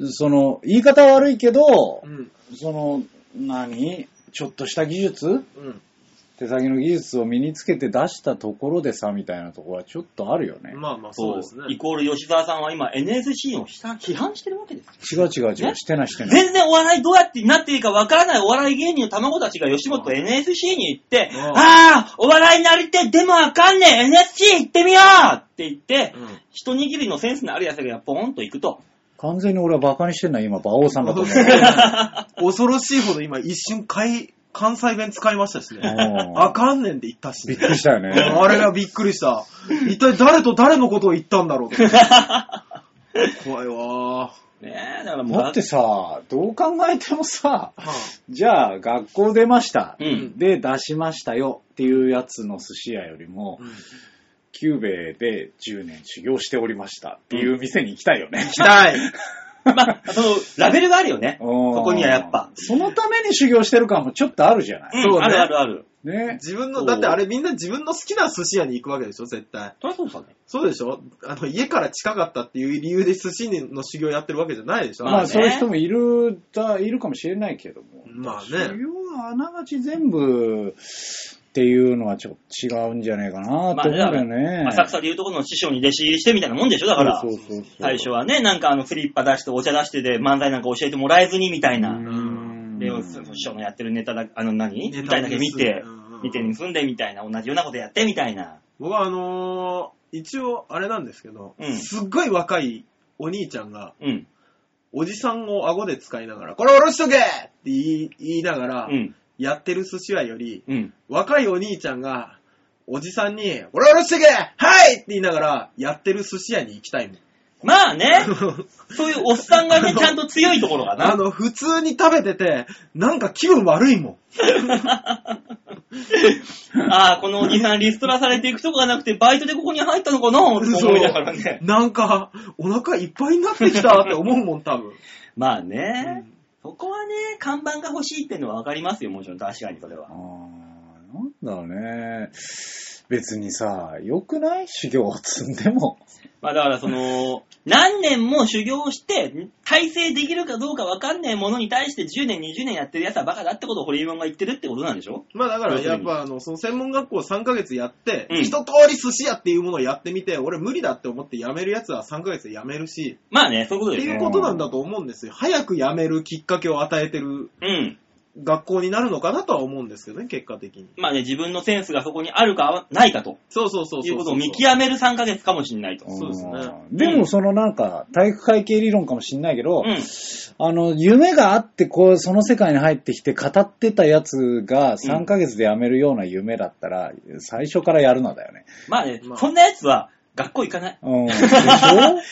Speaker 4: その、言い方悪いけど
Speaker 3: う、ん。
Speaker 4: その、何ちょっとした技術
Speaker 3: うん。
Speaker 4: 手先の技術を身につけて出したところでさ、みたいなところはちょっとあるよね。
Speaker 3: まあまあ、そ
Speaker 2: そうう
Speaker 3: です
Speaker 2: イ
Speaker 3: ね。
Speaker 2: コール吉沢さんは今 NSC を批判批判してるわけですよ。
Speaker 4: 違う違う違う、
Speaker 2: ね
Speaker 4: してないしてない。
Speaker 2: 全然お笑いどうやってなっていいかわからないお笑い芸人の卵たちが吉本 NSC に行って、
Speaker 3: うん
Speaker 2: ああ、お笑いになりてえ、でもわかんねえ、NSC 行ってみようって言って、
Speaker 3: うん
Speaker 2: 一握りのセンスのあるやつがポーンと行くと。
Speaker 4: 完全に俺はバカにしてんのは今、馬王さんだと
Speaker 2: <laughs>
Speaker 4: 思う。
Speaker 3: <laughs> 恐ろしいほど今一瞬かい関西弁使いましたしね。
Speaker 4: うん
Speaker 3: あかんねんで言ったし
Speaker 4: びっ
Speaker 3: ね。
Speaker 4: くりした
Speaker 2: <laughs>
Speaker 4: よね。
Speaker 3: <laughs> あれがびっくりした。一体誰と誰のことを言ったんだろうと怖いわ
Speaker 2: ねえ、だからもう。
Speaker 4: だってさ、どう考えてもさ、
Speaker 3: ー。は
Speaker 4: じゃあ学校出ました。
Speaker 2: うん。
Speaker 4: で、出しましたよっていうやつの寿司屋よりも
Speaker 3: あ、うん
Speaker 4: 久兵衛で10年修行しておりましたっていう店に行きたいよね。
Speaker 3: 行きたい。
Speaker 2: まあ、その、ラベルがあるよね。
Speaker 4: <laughs> うん
Speaker 2: ここにはやっぱ
Speaker 4: そのために修行してる感もちょっとあるじゃな
Speaker 2: う
Speaker 4: い。
Speaker 2: ん、
Speaker 3: そうね
Speaker 2: あるあるある。
Speaker 4: ね。
Speaker 3: <laughs> 自分の、だってあれみんな自分の好きな寿司屋に行くわけでしょ、絶対。
Speaker 2: そりゃそうだね。
Speaker 3: そうでしょあの、家から近かったっていう理由で寿司の修行やってるわけじゃないでしょ、
Speaker 4: ま
Speaker 2: まあ
Speaker 4: あ
Speaker 2: ね
Speaker 4: そういう人もいる、だ、いるかもしれないけども。
Speaker 3: まあね
Speaker 4: 修行はあながち全部っていうのはちょっと違うんじゃないかなって思うんだよね。
Speaker 2: 浅草でいうとこの師匠に弟子入りしてみたいなもんでしょだから
Speaker 4: そう。そうそうそう
Speaker 2: 最初はね、なんかあの、スリッパ出して、お茶出してで、漫才なんか教えてもらえずに、みたいな。
Speaker 4: うん
Speaker 2: で、その師匠のやってるネタだ、あの何、
Speaker 3: ネタを
Speaker 2: みたいだけ見て
Speaker 3: うんうんうん、
Speaker 2: 見てに住んでみたいな、同じようなことやってみたいな。
Speaker 3: 僕はあのー一応あれなんですけど、
Speaker 2: うん
Speaker 3: すっごい若いお兄ちゃんが、
Speaker 2: うん。
Speaker 3: おじさんを顎で使いながら、これおろしとけって言い言いながら、
Speaker 2: うん。
Speaker 3: やってる寿司屋より、
Speaker 2: うん。
Speaker 3: 若いお兄ちゃんが、おじさんに、これおろしとけはいって言いながら、やってる寿司屋に行きたいもん。 <laughs>
Speaker 2: まあね、そういうおっさんがね、ちゃんと強いところが
Speaker 3: あ
Speaker 2: な。
Speaker 3: の、普通に食べてて、なんか気分悪いもん。
Speaker 2: <laughs> ああ、このおじさんリストラされていくとこがなくて、バイトでここに入ったのかなって思いながらね。
Speaker 3: なんか、お腹いっぱいになってきたって思うもん、多分。
Speaker 2: まあ
Speaker 3: う
Speaker 2: ね、
Speaker 3: ん
Speaker 2: そこはね、看板が欲しいっていうのはわかりますよ、もちろん。確かにそれは。
Speaker 4: あーなんだろうね。別にさ、良くない修行を積んでも。
Speaker 2: まあだからその、何年も修行して、体制できるかどうかわかんないものに対して10年、20年やってるやつはバカだってことを堀井門が言ってるってことなんでしょ
Speaker 3: <laughs> まあだから、やっぱ、あの、その専門学校3ヶ月やって、
Speaker 2: うん
Speaker 3: 一通り寿司屋っていうものをやってみて、俺無理だって思って辞めるやつは3ヶ月で辞めるし、
Speaker 2: まあね、そういうこと
Speaker 3: って
Speaker 2: です
Speaker 3: い
Speaker 2: ね。
Speaker 3: うことなんだと思うんですよ。早く辞めるきっかけを与えてる
Speaker 2: うん。
Speaker 3: 学校になるのかなとは思うんですけどね、結果的に。
Speaker 2: まあね、自分のセンスがそこにあるかないかと
Speaker 3: そうそうそうそう。
Speaker 2: いうことを見極める3ヶ月かもしれないと。
Speaker 3: そうですね
Speaker 4: んでもそのなんか、体育会系理論かもしんないけど、
Speaker 2: うん。
Speaker 4: あの、夢があって、こう、その世界に入ってきて語ってたやつが3ヶ月で辞めるような夢だったら、最初からやるのだよね。
Speaker 2: まあね、
Speaker 3: まあ
Speaker 2: そんなやつは学校行かない。 <laughs>
Speaker 4: うん。で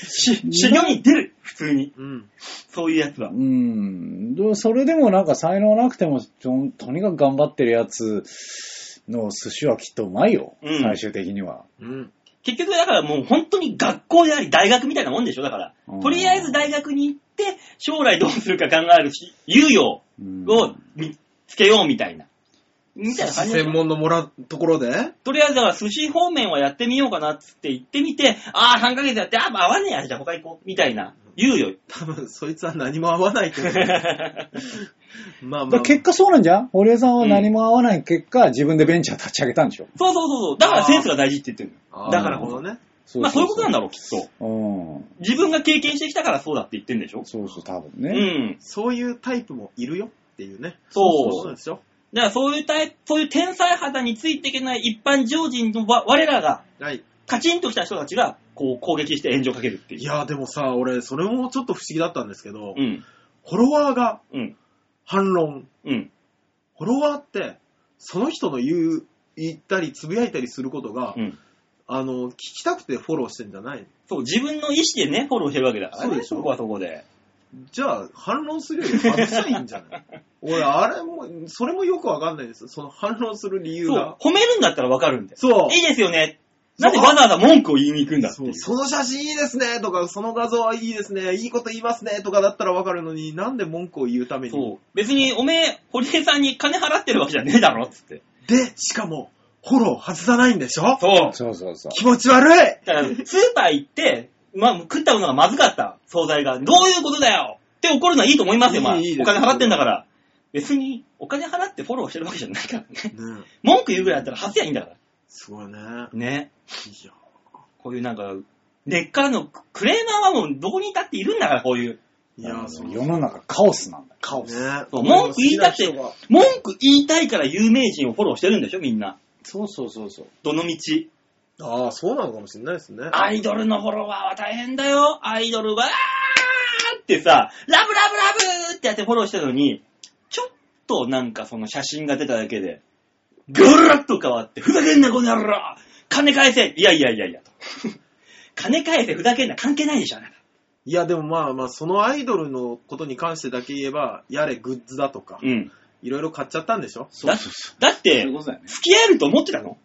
Speaker 4: しょ
Speaker 2: 修行に出る普通に。
Speaker 3: うん。
Speaker 2: そういうやつは
Speaker 4: う。ん。どそれでもなんか才能なくても、ととにかく頑張ってるやつの寿司はきっとうまいよ。
Speaker 2: うん
Speaker 4: 最終的には。
Speaker 3: うん。
Speaker 2: 結局だからもう本当に学校であり大学みたいなもんでしょだから
Speaker 4: う。ん
Speaker 2: とりあえず大学に行って、将来どうするか考えるし、猶予
Speaker 4: うん
Speaker 2: を見つけようみたいな。みたいな感じで
Speaker 3: 専門のもらうところで、
Speaker 2: とりあえずだから寿司方面はやってみようかなっつって行ってみて、ああ、3ヶ月やって、ああ、合わねえや、じゃあ他行こう。みたいな。猶 <laughs> 予。
Speaker 3: 多分そいつは何も合わない
Speaker 2: <laughs>
Speaker 3: と思う。まあ
Speaker 4: だ
Speaker 3: ま
Speaker 4: か
Speaker 3: あ
Speaker 4: ら。結果そうなんじゃん堀江さんは何も合わない結果、自分でベンチャー立ち上げたんでしょ
Speaker 2: そうそうそうそう。だからセンスが大事って言ってる
Speaker 3: あ
Speaker 2: の。
Speaker 3: ー
Speaker 2: だから
Speaker 3: なる
Speaker 2: こ
Speaker 3: ほど
Speaker 2: そ。
Speaker 3: ね。
Speaker 4: そ
Speaker 2: まあそういうことなん
Speaker 4: だ。
Speaker 2: だろう、きっと。
Speaker 4: うん。
Speaker 2: 自分が経験してきたからそうだって言ってるんでしょ
Speaker 4: そうそう、多分
Speaker 2: う
Speaker 4: ね。
Speaker 2: ん。
Speaker 3: そういうタイプもいるよっていうね。
Speaker 2: そう
Speaker 3: そうでしょ。
Speaker 2: だからそういうタイプ、そういう天才肌についていけない一般常人のわ我らが、
Speaker 3: はい。
Speaker 2: カチンときた人たちが、こう攻撃して炎上かけるっていう。
Speaker 3: いや、でもさ、俺、それもちょっと不思議だったんですけど、
Speaker 2: うん、
Speaker 3: フォロワーが
Speaker 2: うん、
Speaker 3: 反論。
Speaker 2: うん。
Speaker 3: フォロワーって、その人の言う、言ったり、つぶやいたりすることが、
Speaker 2: うん
Speaker 3: あの、聞きたくてフォローしてんじゃない
Speaker 2: そう、自分の意思でね、フォローしてるわけだからね。
Speaker 3: そうでしょ
Speaker 2: そこはそこで。
Speaker 3: じゃあ、反論するより外したらいいんじゃ
Speaker 2: <laughs>
Speaker 3: ない俺、あれも、それもよくわかんないです。その反論する理由
Speaker 2: そう
Speaker 3: が。、
Speaker 2: 褒めるんだったらわかるんで。
Speaker 3: そう。
Speaker 2: いいですよね。なんでわざわざ文句を言いに行くんだって
Speaker 3: そ
Speaker 2: いう
Speaker 3: うその写真いいですねとか、その画像はいいですね、いいこと言いますねとかだったらわかるのに、なんで文句を言うために。
Speaker 2: そう。別に、おめえ、堀江さんに金払ってるわけじゃねえだろ、つって。
Speaker 3: で、しかも、フォロー外さないんでしょ
Speaker 2: そう。
Speaker 4: そうそうそう。
Speaker 3: 気持ち悪い
Speaker 2: だから、スーパー行って、まあ、食ったものがまずかった、惣菜が。どういうことだよって怒るのはいいと思いますよ、まあ。
Speaker 3: いいいい
Speaker 2: お
Speaker 3: です
Speaker 2: 金払ってんだから。別に、お金払ってフォローしてるわけじゃないからね。
Speaker 3: ね
Speaker 2: 文句言うぐらいだったら外せばいいんだから。
Speaker 3: すごいね。い
Speaker 2: ね。
Speaker 3: や、
Speaker 2: こういうなんか、根っからのクレーマーはもうどこにいたっているんだから、こういう。
Speaker 3: い
Speaker 4: あ
Speaker 3: や
Speaker 4: の
Speaker 3: そう
Speaker 4: 世の中カオスなんだよ。カオ
Speaker 3: ね。。
Speaker 2: そう文句言いたくて
Speaker 3: 好きな人が
Speaker 2: 文句言いたいから有名人をフォローしてるんでしょ、みんな。
Speaker 4: そうそうそうそう。
Speaker 2: どの道。
Speaker 3: ああ、そうなのかもしれないですね。
Speaker 2: アイドルのフォロワーは大変だよ。アイドルは、あーってさ、ラブラブラブーってやってフォローしてたのに、ちょっとなんかその写真が出ただけで、ぐるっと変わって、ふざけんなこの野郎金返せいやいやいやいやと。 <laughs> 金返せ、ふざけんな、関係ないでしょ、あなた
Speaker 3: いや、でもまあまあ、そのアイドルのことに関してだけ言えば、やれ、グッズだとか、
Speaker 2: うん。
Speaker 3: いろいろ買っちゃったんでしょ
Speaker 4: そうそうそう。
Speaker 2: だっ
Speaker 4: そう
Speaker 2: て
Speaker 4: いう、ことだよね。
Speaker 2: 付き合えると思ってたの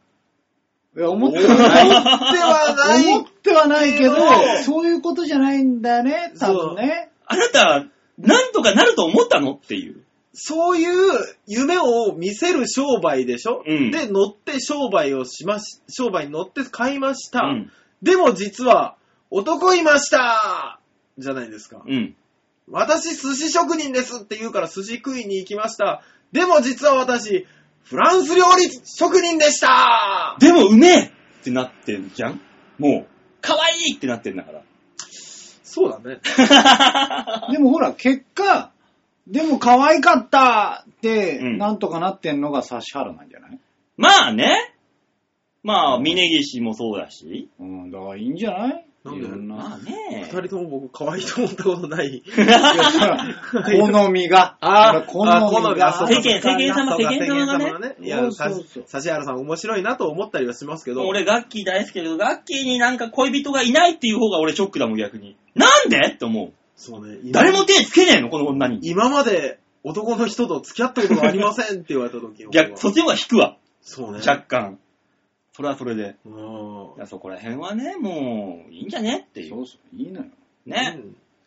Speaker 4: いや、思っては
Speaker 3: <laughs>
Speaker 4: ない。
Speaker 3: ではない
Speaker 4: 思ってはないけど
Speaker 3: ない、
Speaker 4: そういうことじゃないんだよね、多分ね。
Speaker 2: あなた、なんとかなると思ったのっていう。
Speaker 3: そういう夢を見せる商売でしょ、
Speaker 2: うん
Speaker 3: で、乗って商売をしまし、商売に乗って買いました。
Speaker 2: うん。
Speaker 3: でも実は、男いましたじゃないですか。
Speaker 2: うん。
Speaker 3: 私寿司職人ですって言うから寿司食いに行きました。でも実は私、フランス料理職人でした
Speaker 2: でも、うめえってなってんじゃんもう、可愛いってなってんだから。 <laughs>
Speaker 3: そうだね。
Speaker 4: でもほら、結果、でも可愛かったって、
Speaker 2: うん
Speaker 4: なんとかなってんのが指原なんじゃない
Speaker 2: まあね。まあ、峯岸もそうだし。
Speaker 4: うん、だからいいんじゃない
Speaker 3: なんで
Speaker 4: いろん
Speaker 2: まあ
Speaker 4: な。
Speaker 3: 二
Speaker 2: ね。
Speaker 3: 人とも僕可愛いと思ったことない。
Speaker 4: いやほら好みが。
Speaker 3: あー
Speaker 4: ほら
Speaker 3: あー
Speaker 4: 好みが。
Speaker 3: そう
Speaker 2: <laughs> 好み
Speaker 3: か
Speaker 2: 世間世間様
Speaker 3: そうか
Speaker 2: 世間様がね
Speaker 3: 世いや、
Speaker 4: そうそうそう
Speaker 3: さ指原さん面白いなと思ったりはしますけど。
Speaker 2: 俺、ガッキー大好きだけど、ガッキーになんか恋人がいないっていう方が俺ショックだもん、逆に。なんでって思
Speaker 3: そうね。
Speaker 2: う。
Speaker 3: 今
Speaker 2: 誰も手つけねえの、この女に。
Speaker 3: 今まで男の人と付き合ったことがありませんって言われた時
Speaker 2: <laughs> 逆、そっちの方が引くわ。
Speaker 3: そうね。
Speaker 2: 若干。それはそれで。
Speaker 3: うん。うん
Speaker 2: いや、そこら辺はね、もう、いいんじゃねってい。
Speaker 4: そううそう、いいのよ。
Speaker 2: ね。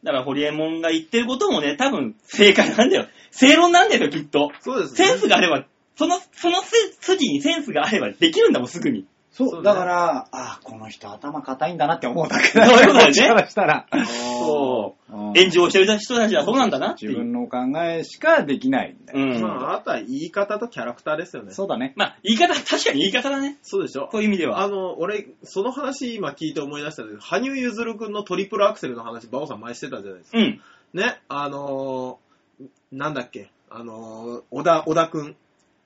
Speaker 2: だから、ホリエモンが言ってることもね、多分、正解なんだよ。正論なんだよ、きっと。
Speaker 3: そうですね。
Speaker 2: センスがあれば、その、そのす筋にセンスがあればできるんだもん、すぐに。
Speaker 4: そう、
Speaker 3: そうね
Speaker 4: だから、あーこの人頭硬いんだなって思うだけだ
Speaker 2: そういう
Speaker 4: <laughs>
Speaker 2: ことだよね
Speaker 4: こっちからしたら。
Speaker 3: あー
Speaker 2: そう。
Speaker 4: うん
Speaker 2: 炎上してる人たちはそうなんだなってい
Speaker 4: 自
Speaker 2: う。
Speaker 4: 分の考えしかできないんだよ。
Speaker 2: うん。
Speaker 3: まあ、あとは言い方とキャラクターですよね。
Speaker 4: そうだね。
Speaker 2: まあ、言い方、確かに言い方だね。
Speaker 3: そうでしょ
Speaker 2: そういう意味では。
Speaker 3: あの、俺、その話今聞いて思い出したんだけど、羽生結弦君のトリプルアクセルの話、バオさん前してたじゃないですか。
Speaker 2: うん。
Speaker 3: ね、あのーなんだっけ、あのー小田、小田君。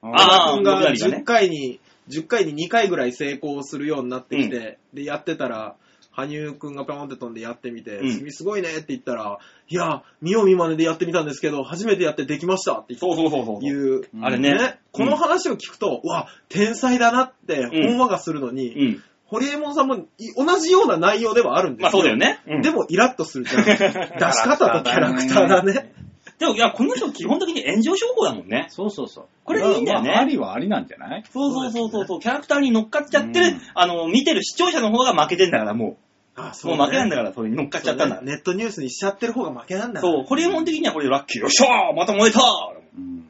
Speaker 2: あー
Speaker 3: 小田君が
Speaker 2: 小田がね
Speaker 3: 10回に、10回に2回ぐらい成功するようになってきて、で、やってたら、羽生くんがパンって飛んでやってみて、
Speaker 2: うん
Speaker 3: 君すごいねって言ったら、いや、見よう見まねでやってみたんですけど、初めてやってできましたって
Speaker 2: そうそうそうそう。
Speaker 3: いう
Speaker 4: うん
Speaker 2: あれね。
Speaker 3: この話を聞くと、うわ、天才だなって、
Speaker 2: うん
Speaker 3: ほんわかするの
Speaker 2: う
Speaker 3: に、
Speaker 2: ん。
Speaker 3: ホリエモンさんもい同じような内容ではあるんです
Speaker 2: まあそうだよね。うん
Speaker 3: でも、イラッとする
Speaker 2: <laughs>
Speaker 3: じゃん。出し方とキャラクターだね。
Speaker 2: でも、いや、この人基本的に炎上商法だもんね。
Speaker 4: そうそうそう。
Speaker 2: これいいんだよね
Speaker 4: まあまあありはありなんじゃない
Speaker 2: そうそうそうそうそう、キャラクターに乗っかっちゃってる、
Speaker 4: うん
Speaker 2: あの、見てる視聴者の方が負けてんだから、も
Speaker 3: あ
Speaker 2: う。もう負けなんだから、 <laughs> それに乗っかっちゃったんだ
Speaker 3: そうねネットニュースにしちゃってる方が負けなんだ
Speaker 2: そう、ホリエモン的にはこれラッキー。よっしゃーまた燃えた
Speaker 4: うん。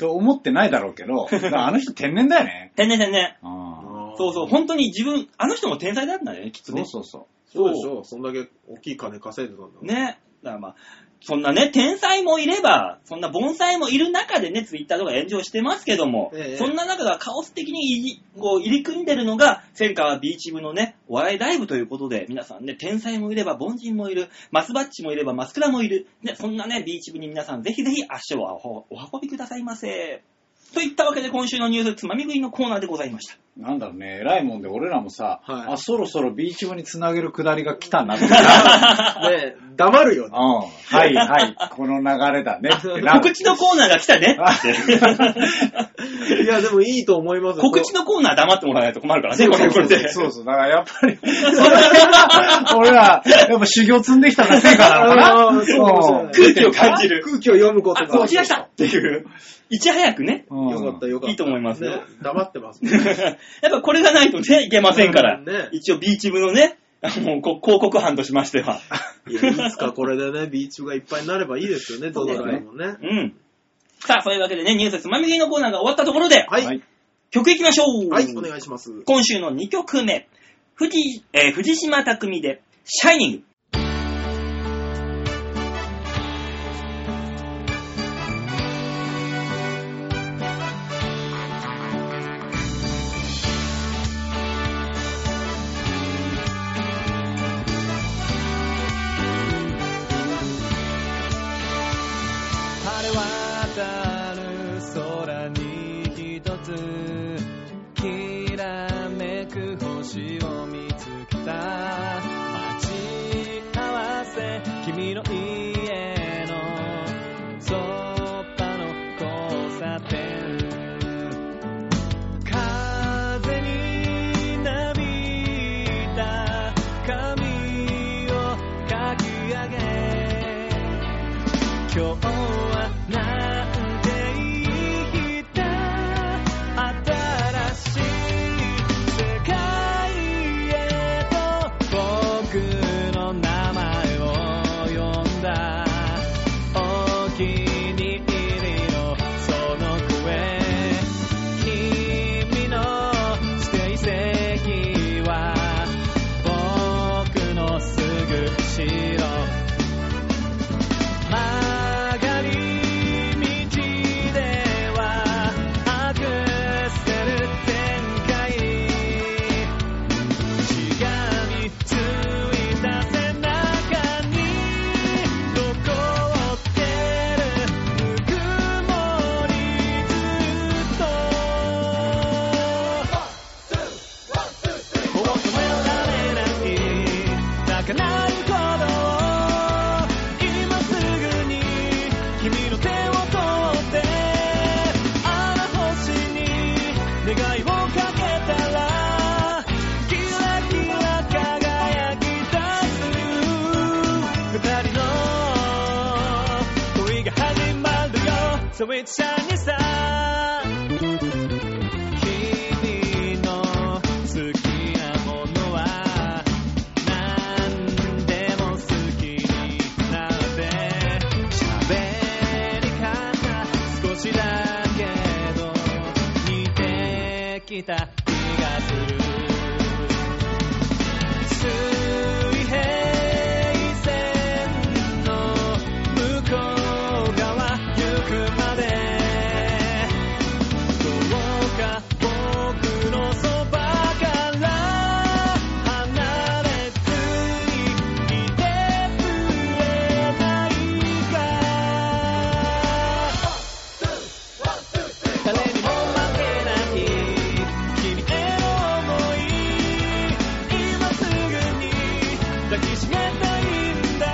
Speaker 4: と思ってないだろうけ
Speaker 2: <laughs>
Speaker 4: ど、だからあの人天然だよね。
Speaker 2: 天然天然。
Speaker 4: あ
Speaker 2: そうそう、
Speaker 3: ほん
Speaker 2: 本当に自分、あの人も天才なんだね、きっと
Speaker 4: そ
Speaker 2: ね
Speaker 4: う。そうそ
Speaker 3: そうでしょ。そんだけ大きい金稼いでたんだもん。
Speaker 2: ね。だからまあ、そんなね、天才もいれば、そんな盆栽もいる中でね、ツイッターとか炎上してますけども、
Speaker 3: ええ
Speaker 2: そんな中がカオス的に入りこう入り組んでるのが、戦火は B チームのね、お笑いライブということで、皆さんね、天才もいれば凡人もいる、マスバッチもいればマスクラもいる、ね、そんなね、B チームに皆さんぜひぜひ足をお運びくださいませ。といったわけで今週のニュースつまみ食いのコーナーでございました。
Speaker 4: なんだろうね、偉いもんで俺らもさ、
Speaker 3: はい
Speaker 4: あ、そろそろビーチ部につなげるくだりが来た
Speaker 2: <laughs>
Speaker 4: なって。うん、
Speaker 3: ね <laughs> 黙るよね。
Speaker 4: はいはい、この流れだねってなる
Speaker 2: 告知のコーナーが来たねって。
Speaker 3: いや、でもいいと思いますよ
Speaker 2: 告知のコーナー黙ってもらわないと困るからね、これこれで。
Speaker 4: そうそう、だからやっぱり、その辺は、 <laughs> 俺ら、やっぱ修行積んできた成果なのか
Speaker 2: <laughs>
Speaker 3: あ
Speaker 4: な
Speaker 3: ーそうかもし
Speaker 2: 空
Speaker 3: れない
Speaker 2: 気を感じる。
Speaker 3: 空気を読むこと
Speaker 2: あ、
Speaker 3: が。
Speaker 2: 告知が来たっていう。いち早くね。 <laughs>
Speaker 4: うん
Speaker 3: よかった、よかった。
Speaker 2: いいと思いますよ
Speaker 3: ね黙ってますね。
Speaker 2: やっぱこれがないとね、いけませんから。
Speaker 3: ね
Speaker 2: 一応ビーチ部のね、もうこ広告班としまして
Speaker 3: <laughs>
Speaker 2: は。
Speaker 3: いやいつかこれでね、ビーチ部がいっぱいになればいいですよね、ゾ
Speaker 2: そう
Speaker 3: ウ
Speaker 2: だ
Speaker 3: さ
Speaker 4: ね
Speaker 3: んもね。
Speaker 2: うん。さあ、そういうわけでね、ニュースつまみ食いのコーナーが終わったところで、
Speaker 3: はい。
Speaker 4: は
Speaker 3: はいい、
Speaker 2: 曲いきましょう。
Speaker 3: お願いします。
Speaker 2: 今週の2曲目、富士、えー藤島匠で、シャイニング。
Speaker 1: 晴れ渡る空に一つきらめく星を見つけた待ち合わせ君の家のそばの交差点風になびいた髪をかき上げ今日はなんていい日だ新しい世界へと僕の名前を呼んだお気に入りのその声君の指定席は僕のすぐ後ろ曲がり道ではアクセル展開しがみついた背中に残ってるぬくもりずっと求められない泣かないほど今すぐに君の手を取ってあの星に願いをかけたらキラキラ輝き出す二人の恋が始まるよ Sweet Shiny Star 君の好きなものは何でも好きになって喋り方少しだけど似てきた気がする水平線の向こう側行くまでどうか僕のそばから離れていてくれないか誰にも負けない君への想い今すぐに抱きしめたいんだ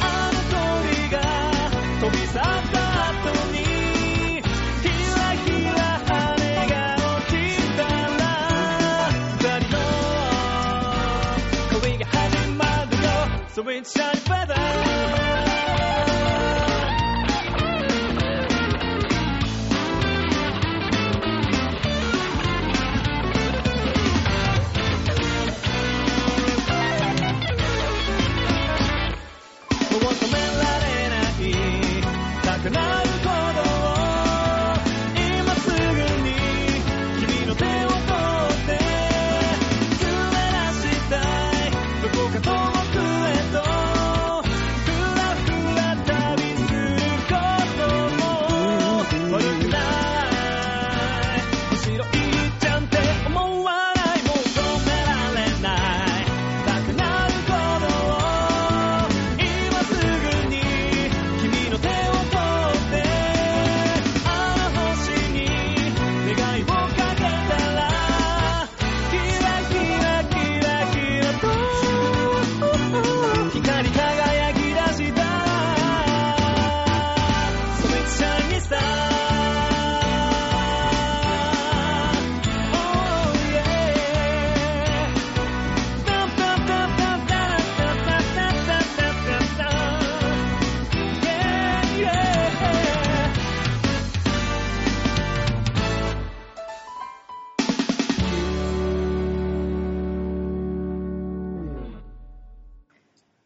Speaker 1: あの鳥が飛び去った後にひらひら羽が落ちたら二人の恋が始まるよ Sweet Shiny Feather 求められないなくなることを今すぐに君の手を取って連れ出したいどこか遠くへと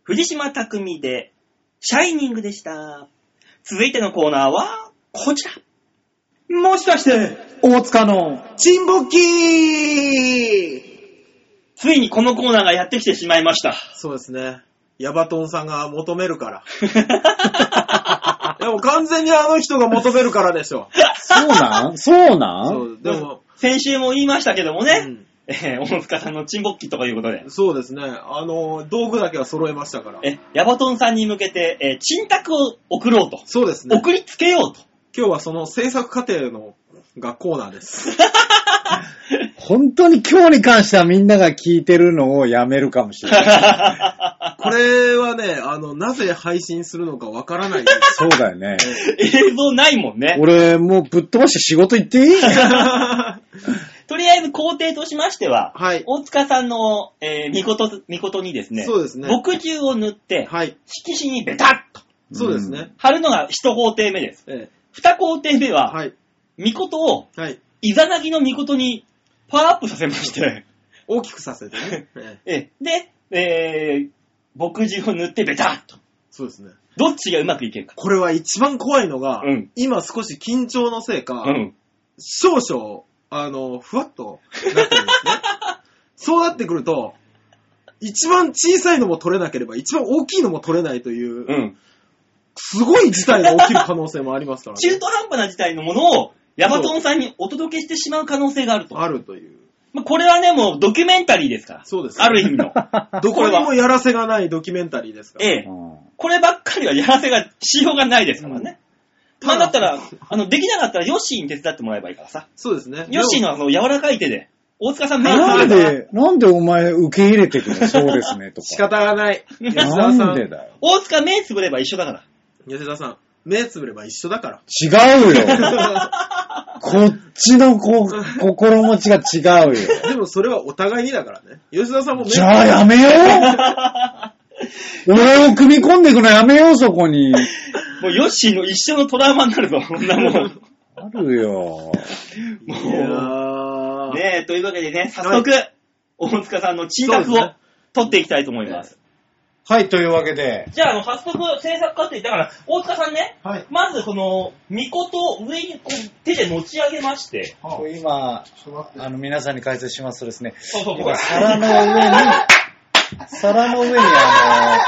Speaker 2: 藤島匠で、シャイニングでした。続いてのコーナーは、こちら。もしかして、
Speaker 4: 大塚の、
Speaker 3: チンボッキー
Speaker 2: ついにこのコーナーがやってきてしまいました。
Speaker 3: そうですね。ヤバトンさんが求めるから。でも完全にあの人が求めるからでしょ。
Speaker 4: そう <laughs> なんそうな
Speaker 3: そう、
Speaker 4: ん
Speaker 3: でも、
Speaker 2: 先週も言いましたけどもね、
Speaker 3: うん
Speaker 2: えー大塚さんのチンボッキとかいうことで、
Speaker 3: そうですね。あの、道具だけは揃えましたから。
Speaker 2: え、ヤバトンさんに向けて、えー、チンタクを送ろうと。
Speaker 3: そうですね。
Speaker 2: 送りつけようと。
Speaker 3: 今日はその制作過程のがコーナ
Speaker 2: <laughs>
Speaker 3: ーです。
Speaker 4: 本当に今日に関してはみんなが聞いてるのをやめるかもしれ <laughs> ない。
Speaker 3: これはね、あの、なぜ配信するのかわからないです。
Speaker 4: そうだよ <laughs> ね。
Speaker 2: 映像ないもんね。
Speaker 4: 俺、もうぶっ飛ばして仕事行っていい
Speaker 2: とりあえず工程としまして <laughs> は、
Speaker 3: はい
Speaker 2: 大塚さんの、えー、みこと、みことにですね、
Speaker 3: そうですね
Speaker 2: 墨汁を塗って、
Speaker 3: はい。
Speaker 2: 色紙にベタッと
Speaker 3: そうですね。
Speaker 2: 貼るのが一工程目です。
Speaker 3: ええ
Speaker 2: 二工程目は、
Speaker 3: はい。
Speaker 2: みことを、
Speaker 3: はい。
Speaker 2: イザナギのみことにパワーアップさせまして、
Speaker 3: 大きくさせて
Speaker 2: <laughs>
Speaker 3: ね。ええ
Speaker 2: えで、えー、墨汁を塗ってベタッと。
Speaker 3: そうですね。
Speaker 2: どっちがうまくいけるか。
Speaker 3: これは一番怖いのが、
Speaker 2: うん
Speaker 3: 今少し緊張のせいか、
Speaker 2: うん。
Speaker 3: 少々、あの、ふわっとなってるんですね。そうなってくると、一番小さいのも取れなければ、一番大きいのも取れないという、
Speaker 2: うん。
Speaker 3: すごい事態が起きる可能性もありま
Speaker 2: <laughs>
Speaker 3: すから
Speaker 2: 中
Speaker 3: ね。
Speaker 2: 途半端な事態のものを、ヤバトンさんにお届けしてしまう可能性があると。
Speaker 3: あるという。
Speaker 2: まあこれはね、もうドキュメンタリーですから。
Speaker 3: そうですね
Speaker 2: ある意味の。
Speaker 3: どこにもやらせがないドキュメンタリーですから。
Speaker 2: ええ。こればっかりはやらせが、しようがないですからね。まあだったら、あの、できなかったらヨッシーに手伝ってもらえばいいからさ。
Speaker 3: そうですね。
Speaker 2: ヨッシーのあの、柔らかい手で、大塚さん目を
Speaker 4: <laughs> な
Speaker 2: つ
Speaker 4: ん
Speaker 2: ぶれば、
Speaker 4: で、なんでお前受け入れてくのそうですね、
Speaker 3: <laughs>
Speaker 4: と
Speaker 3: 仕
Speaker 4: か。
Speaker 3: 方がない。吉田さ
Speaker 4: なん
Speaker 3: ん。
Speaker 4: でだよ。
Speaker 2: 大塚目つぶれば一緒だから。
Speaker 3: 吉田さん。目つぶれば一緒だか
Speaker 4: 違うよ。
Speaker 3: ら。 <laughs>
Speaker 4: こっちのこ心持ちが違うよ。
Speaker 3: <laughs> でもそれはお互いにだからね。吉田さんも目
Speaker 4: じゃあやめ
Speaker 3: <laughs>
Speaker 4: よう俺を組み込んでいくのやめよう、そこに。
Speaker 2: もうヨッシーの一生のトラウマになるぞ、こんなもん。
Speaker 4: あるよ。
Speaker 3: いや
Speaker 2: もう。
Speaker 3: ー
Speaker 2: ねえ、というわけでね、早速、大塚さんの沈
Speaker 3: そ
Speaker 2: 託
Speaker 3: うです
Speaker 2: を
Speaker 3: ね
Speaker 2: 取っていきたいと思います。
Speaker 4: はい、というわけで。
Speaker 2: じゃあ、あの、早速制作過程、だから、大塚さんね、
Speaker 4: はい。
Speaker 2: まずこの、巫女と上にこう手で持ち上げまして、
Speaker 4: 今、あの、皆さんに解説しますとですね、
Speaker 2: そうそう、こ
Speaker 4: 今
Speaker 2: れ。
Speaker 4: 皿の上に、皿の上にあ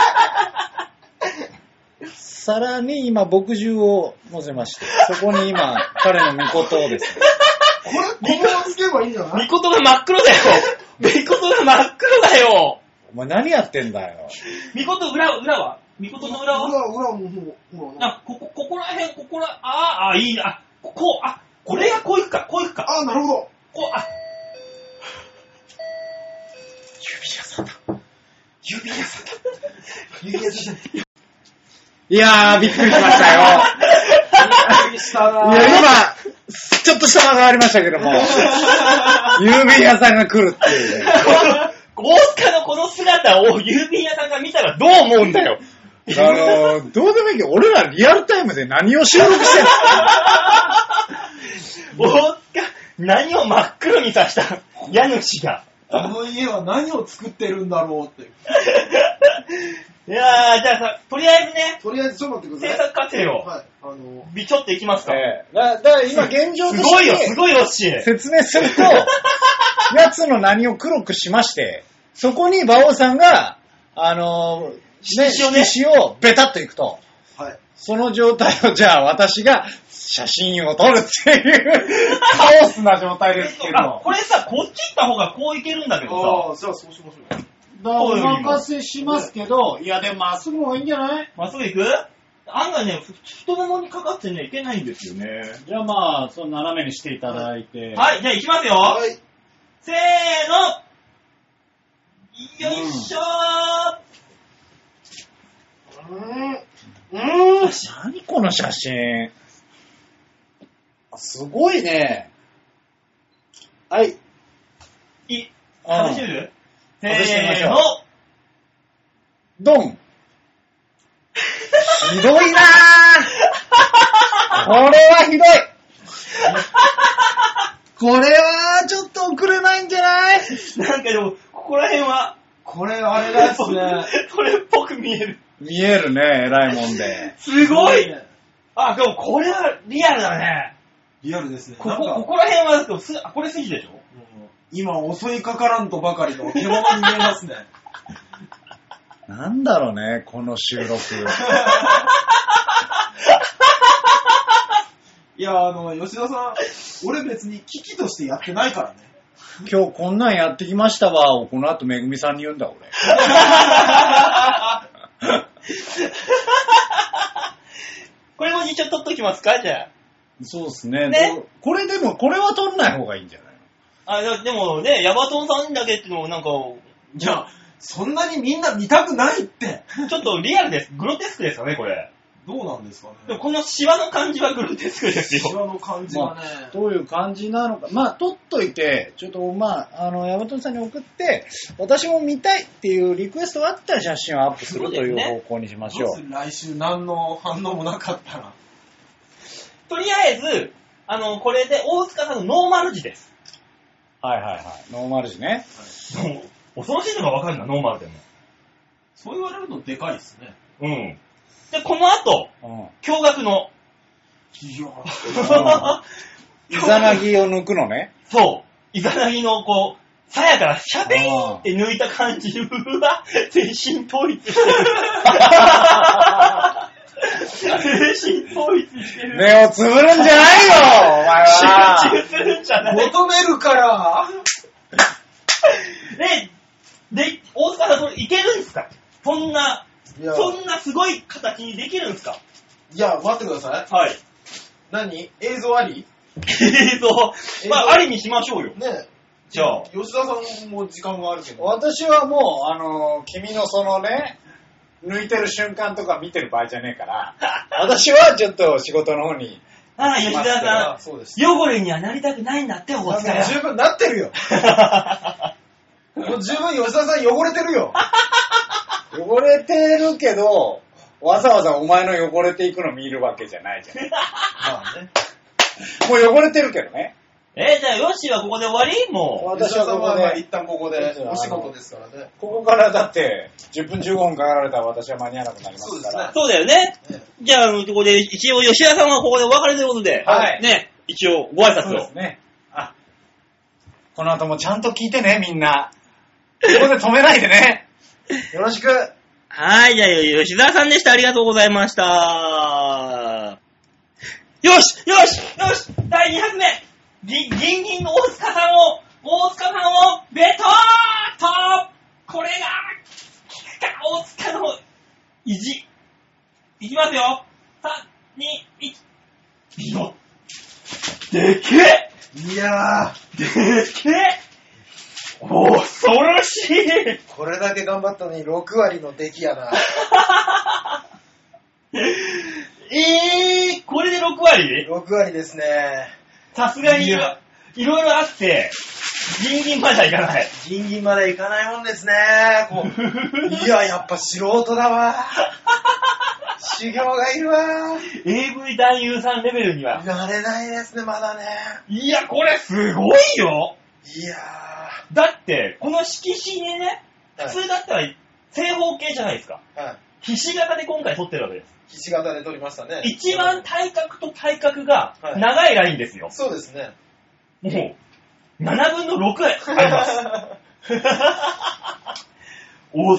Speaker 4: の、皿に今、墨汁を乗せまして、そこに今、彼の御事をですね、
Speaker 2: みことが真っ黒だよ <laughs> みことが真っ黒だよ
Speaker 4: お前何やってんだよ。
Speaker 2: みこと裏、裏はみことの裏は
Speaker 5: 裏、裏ももう、もうな。
Speaker 2: あ、ここ、ここら辺、ここら、あーあー、いいな。ここう、あ、これがこういくか、こういくか。
Speaker 5: ああ、なるほど。
Speaker 2: こう、あ、指屋さんだ。指屋さんだ。
Speaker 5: 指輪じゃない。
Speaker 4: いやー、びっくりしましたよ。いや、今、ちょっとした間がありましたけども、郵便屋さんが来るっていうね。
Speaker 2: <laughs> 大塚のこの姿を郵便屋さんが見たらどう思うんだよ。
Speaker 4: あの、どうでもいいけど、俺らリアルタイムで何を収録してんの
Speaker 2: 大塚、何を真っ黒にさした家主が。
Speaker 5: この家は何を作ってるんだろうって。
Speaker 2: いやー、じゃあさ、とりあえずね、
Speaker 5: とりあえず、ちょっと待ってく
Speaker 2: 制
Speaker 5: ださい。
Speaker 2: 作過程を、
Speaker 5: はい。あの、
Speaker 2: ビチョっていきますか。
Speaker 4: <laughs> ええだだから今現状と
Speaker 2: すごいよ、
Speaker 4: し
Speaker 2: す
Speaker 4: て
Speaker 2: ごいよ、し。
Speaker 4: 説明する <laughs> と、奴の何を黒くしまして、そこに馬王さんが、あのー、ね
Speaker 2: 色紙をね
Speaker 4: 色紙をベタっといくと。
Speaker 5: はい。
Speaker 4: その状態を、じゃあ私が写真を撮るって <laughs> いう、カオスな状態ですけど。
Speaker 2: あ、これさ、こっち行った方がこういけるんだけどさ、
Speaker 5: ああ、じゃあそうしましょう。
Speaker 2: お任
Speaker 4: せしますけど、いやでもまっすぐの方がいいんじゃない
Speaker 2: まっすぐ行く案外ね、ふ太ももにかかってね、いけないんですよね。
Speaker 6: じゃあまあ、その斜めにしていただいて。
Speaker 2: はい、じゃあ行きますよ。
Speaker 5: はい。
Speaker 2: せーのよいしょ
Speaker 5: うーん。うーん。
Speaker 4: 何この写真。すごいね。
Speaker 5: はい。
Speaker 2: ーい、
Speaker 4: うん
Speaker 2: 楽しめるせ
Speaker 4: 楽しみまし
Speaker 2: ー
Speaker 4: ょ
Speaker 2: の
Speaker 4: うドン。ひど <laughs> いなぁこれはひどいこれはちょっと送れないんじゃない
Speaker 2: なんかでも、ここら辺は、
Speaker 5: これ、あれですね。
Speaker 2: <laughs> これっぽく見える。
Speaker 4: 見えるね、偉いもんで。
Speaker 2: すごいあ、でもこれはリアルだね。
Speaker 3: リアルですね。
Speaker 2: こ
Speaker 3: なん
Speaker 2: こ、こ
Speaker 3: か、
Speaker 2: こら辺はでもす、あ、これ筋でしょ
Speaker 3: 今襲いかからんとばかりの獣に見えますね。
Speaker 4: なんだろうね、この収録。
Speaker 3: いや、あの、吉田さん、俺別に危機としてやってないからね。
Speaker 4: 今日こんなんやってきましたわ、をこの後めぐみさんに言うんだ、俺。
Speaker 2: これも一応撮っときますかじゃ
Speaker 4: そうですね。
Speaker 2: ね
Speaker 4: どうこれでも、これは撮んない方がいいんじゃない
Speaker 2: あ。あ、ででもね、ヤバトンさんだけっていうのもなんか、
Speaker 3: いや、そんなにみんな見たくないって。
Speaker 2: ちょっとリアルです。グロテスクですよね、これ。
Speaker 3: どうなんですか
Speaker 2: でも
Speaker 3: ね。
Speaker 2: このシワの感じはグロテスクです
Speaker 3: シ
Speaker 2: よ。
Speaker 3: ワの感じがね。
Speaker 4: どういう感じなのか。まあ、撮っといて、ちょっと、まあ、あの、ヤマトさんに送って、私も見たいっていうリクエストがあったら写真をアップするという方向にしまし
Speaker 3: ど
Speaker 4: ょ
Speaker 3: うする来週何の反応もなかったら。
Speaker 2: とりあえず、あの、これで大塚さんのノーマル時です。
Speaker 4: う。はいはいはい。ノーマル時ね。
Speaker 2: 恐ろしいのがわかるな、ノーマルでも。
Speaker 3: そう言われるとでかいです <laughs> ね。
Speaker 2: うん。で、この後、
Speaker 4: うん。
Speaker 2: 驚愕の。
Speaker 3: いや、
Speaker 4: イザナギを抜くのね。
Speaker 2: そう。イザナギの、こう、鞘からシャベインって抜いた感じ、うわ、全身統一 <laughs> してる。全身統一してる。
Speaker 4: 目をつぶるんじ <laughs> ゃないよお前
Speaker 2: 集
Speaker 4: は
Speaker 2: 中するんじゃない
Speaker 3: 求めるから。
Speaker 2: で、で、大塚さん、それいけるんですかそんな、
Speaker 3: いや、
Speaker 2: そんなすごい形にできるんですか
Speaker 3: いや待ってください。
Speaker 2: はい。
Speaker 3: 何映像あり
Speaker 2: 映像、まあ、ありにしましょうよ。
Speaker 3: ね
Speaker 2: じゃあ。
Speaker 3: 吉田さんも時間があるけど。
Speaker 4: 私はもう、あの、君のそのね、抜いてる瞬間とか見てる場合じゃねえ <laughs> から、私はちょっと仕事の方に。
Speaker 2: ああ、吉田さん
Speaker 3: あ、そうです。
Speaker 2: 汚れにはなりたくないんだって、大
Speaker 3: だ
Speaker 2: 塚
Speaker 3: から
Speaker 2: は。
Speaker 3: 十分なってるよ。もう十分吉田さん汚れてるよ。
Speaker 4: 汚れてるけど、わざわざお前の汚れていくの見るわけじゃないじゃん。
Speaker 3: まあね。
Speaker 4: もう汚れてるけどね。
Speaker 2: えー、じゃあ、ヨッシーはここで終わりも
Speaker 4: 私はここ
Speaker 3: まあ
Speaker 4: で、
Speaker 3: 一旦ここで、お仕事ですからね。
Speaker 4: ここからだって、10分15分かかられたら私は間に合わなくなりま
Speaker 3: そう
Speaker 4: す
Speaker 3: で
Speaker 4: か
Speaker 3: す
Speaker 4: ら。
Speaker 3: ね
Speaker 2: う。そうだよね。
Speaker 3: ね
Speaker 2: じゃあ、あのここで、一応、吉田さんはここでお別れということで、
Speaker 4: はい
Speaker 2: ね、一応、ご挨
Speaker 4: そう
Speaker 2: 拶
Speaker 4: で
Speaker 2: を
Speaker 4: す。ね。あ、この後もちゃんと聞いてね、みんな。ここで止めないで <laughs> ね。よろしく。
Speaker 2: はい、じゃあ、吉沢さんでした。ありがとうございました。よしよしよし第2発目ぎギンギンの大塚さんを、大塚さんを、ベトーっとこれが、大塚の意地。いきますよ !3、2、1。ビロでけえ
Speaker 3: いやー、
Speaker 2: でけえ恐ろしい
Speaker 3: これだけ頑張ったのに6割の出来やな。
Speaker 2: <laughs> えー、これで6割
Speaker 3: 6割ですね。
Speaker 2: さすがに、
Speaker 3: い
Speaker 2: いろ
Speaker 3: や
Speaker 2: いろあって、ギンギンまではいかない。
Speaker 3: ギンギンまでいかないもんですね。こう
Speaker 2: <laughs>
Speaker 3: いや、やっぱ素人だわ。修行がいるわ。
Speaker 2: AV 男優さんレベルには。
Speaker 3: 慣れないですね、まだね。
Speaker 2: いや、これすごいよ
Speaker 3: いや
Speaker 2: だって、この色紙にね、
Speaker 3: はい
Speaker 2: 普通だったら正方形じゃないですか。
Speaker 3: ー、はい。
Speaker 2: ひし形で今回撮ってるわけです。
Speaker 3: ひし形で撮りましたね。
Speaker 2: 一番体格と体格が
Speaker 3: はい
Speaker 2: 長いラインですよ。
Speaker 3: そうですね。
Speaker 2: もう、7分の6あ
Speaker 5: <laughs>
Speaker 2: ります。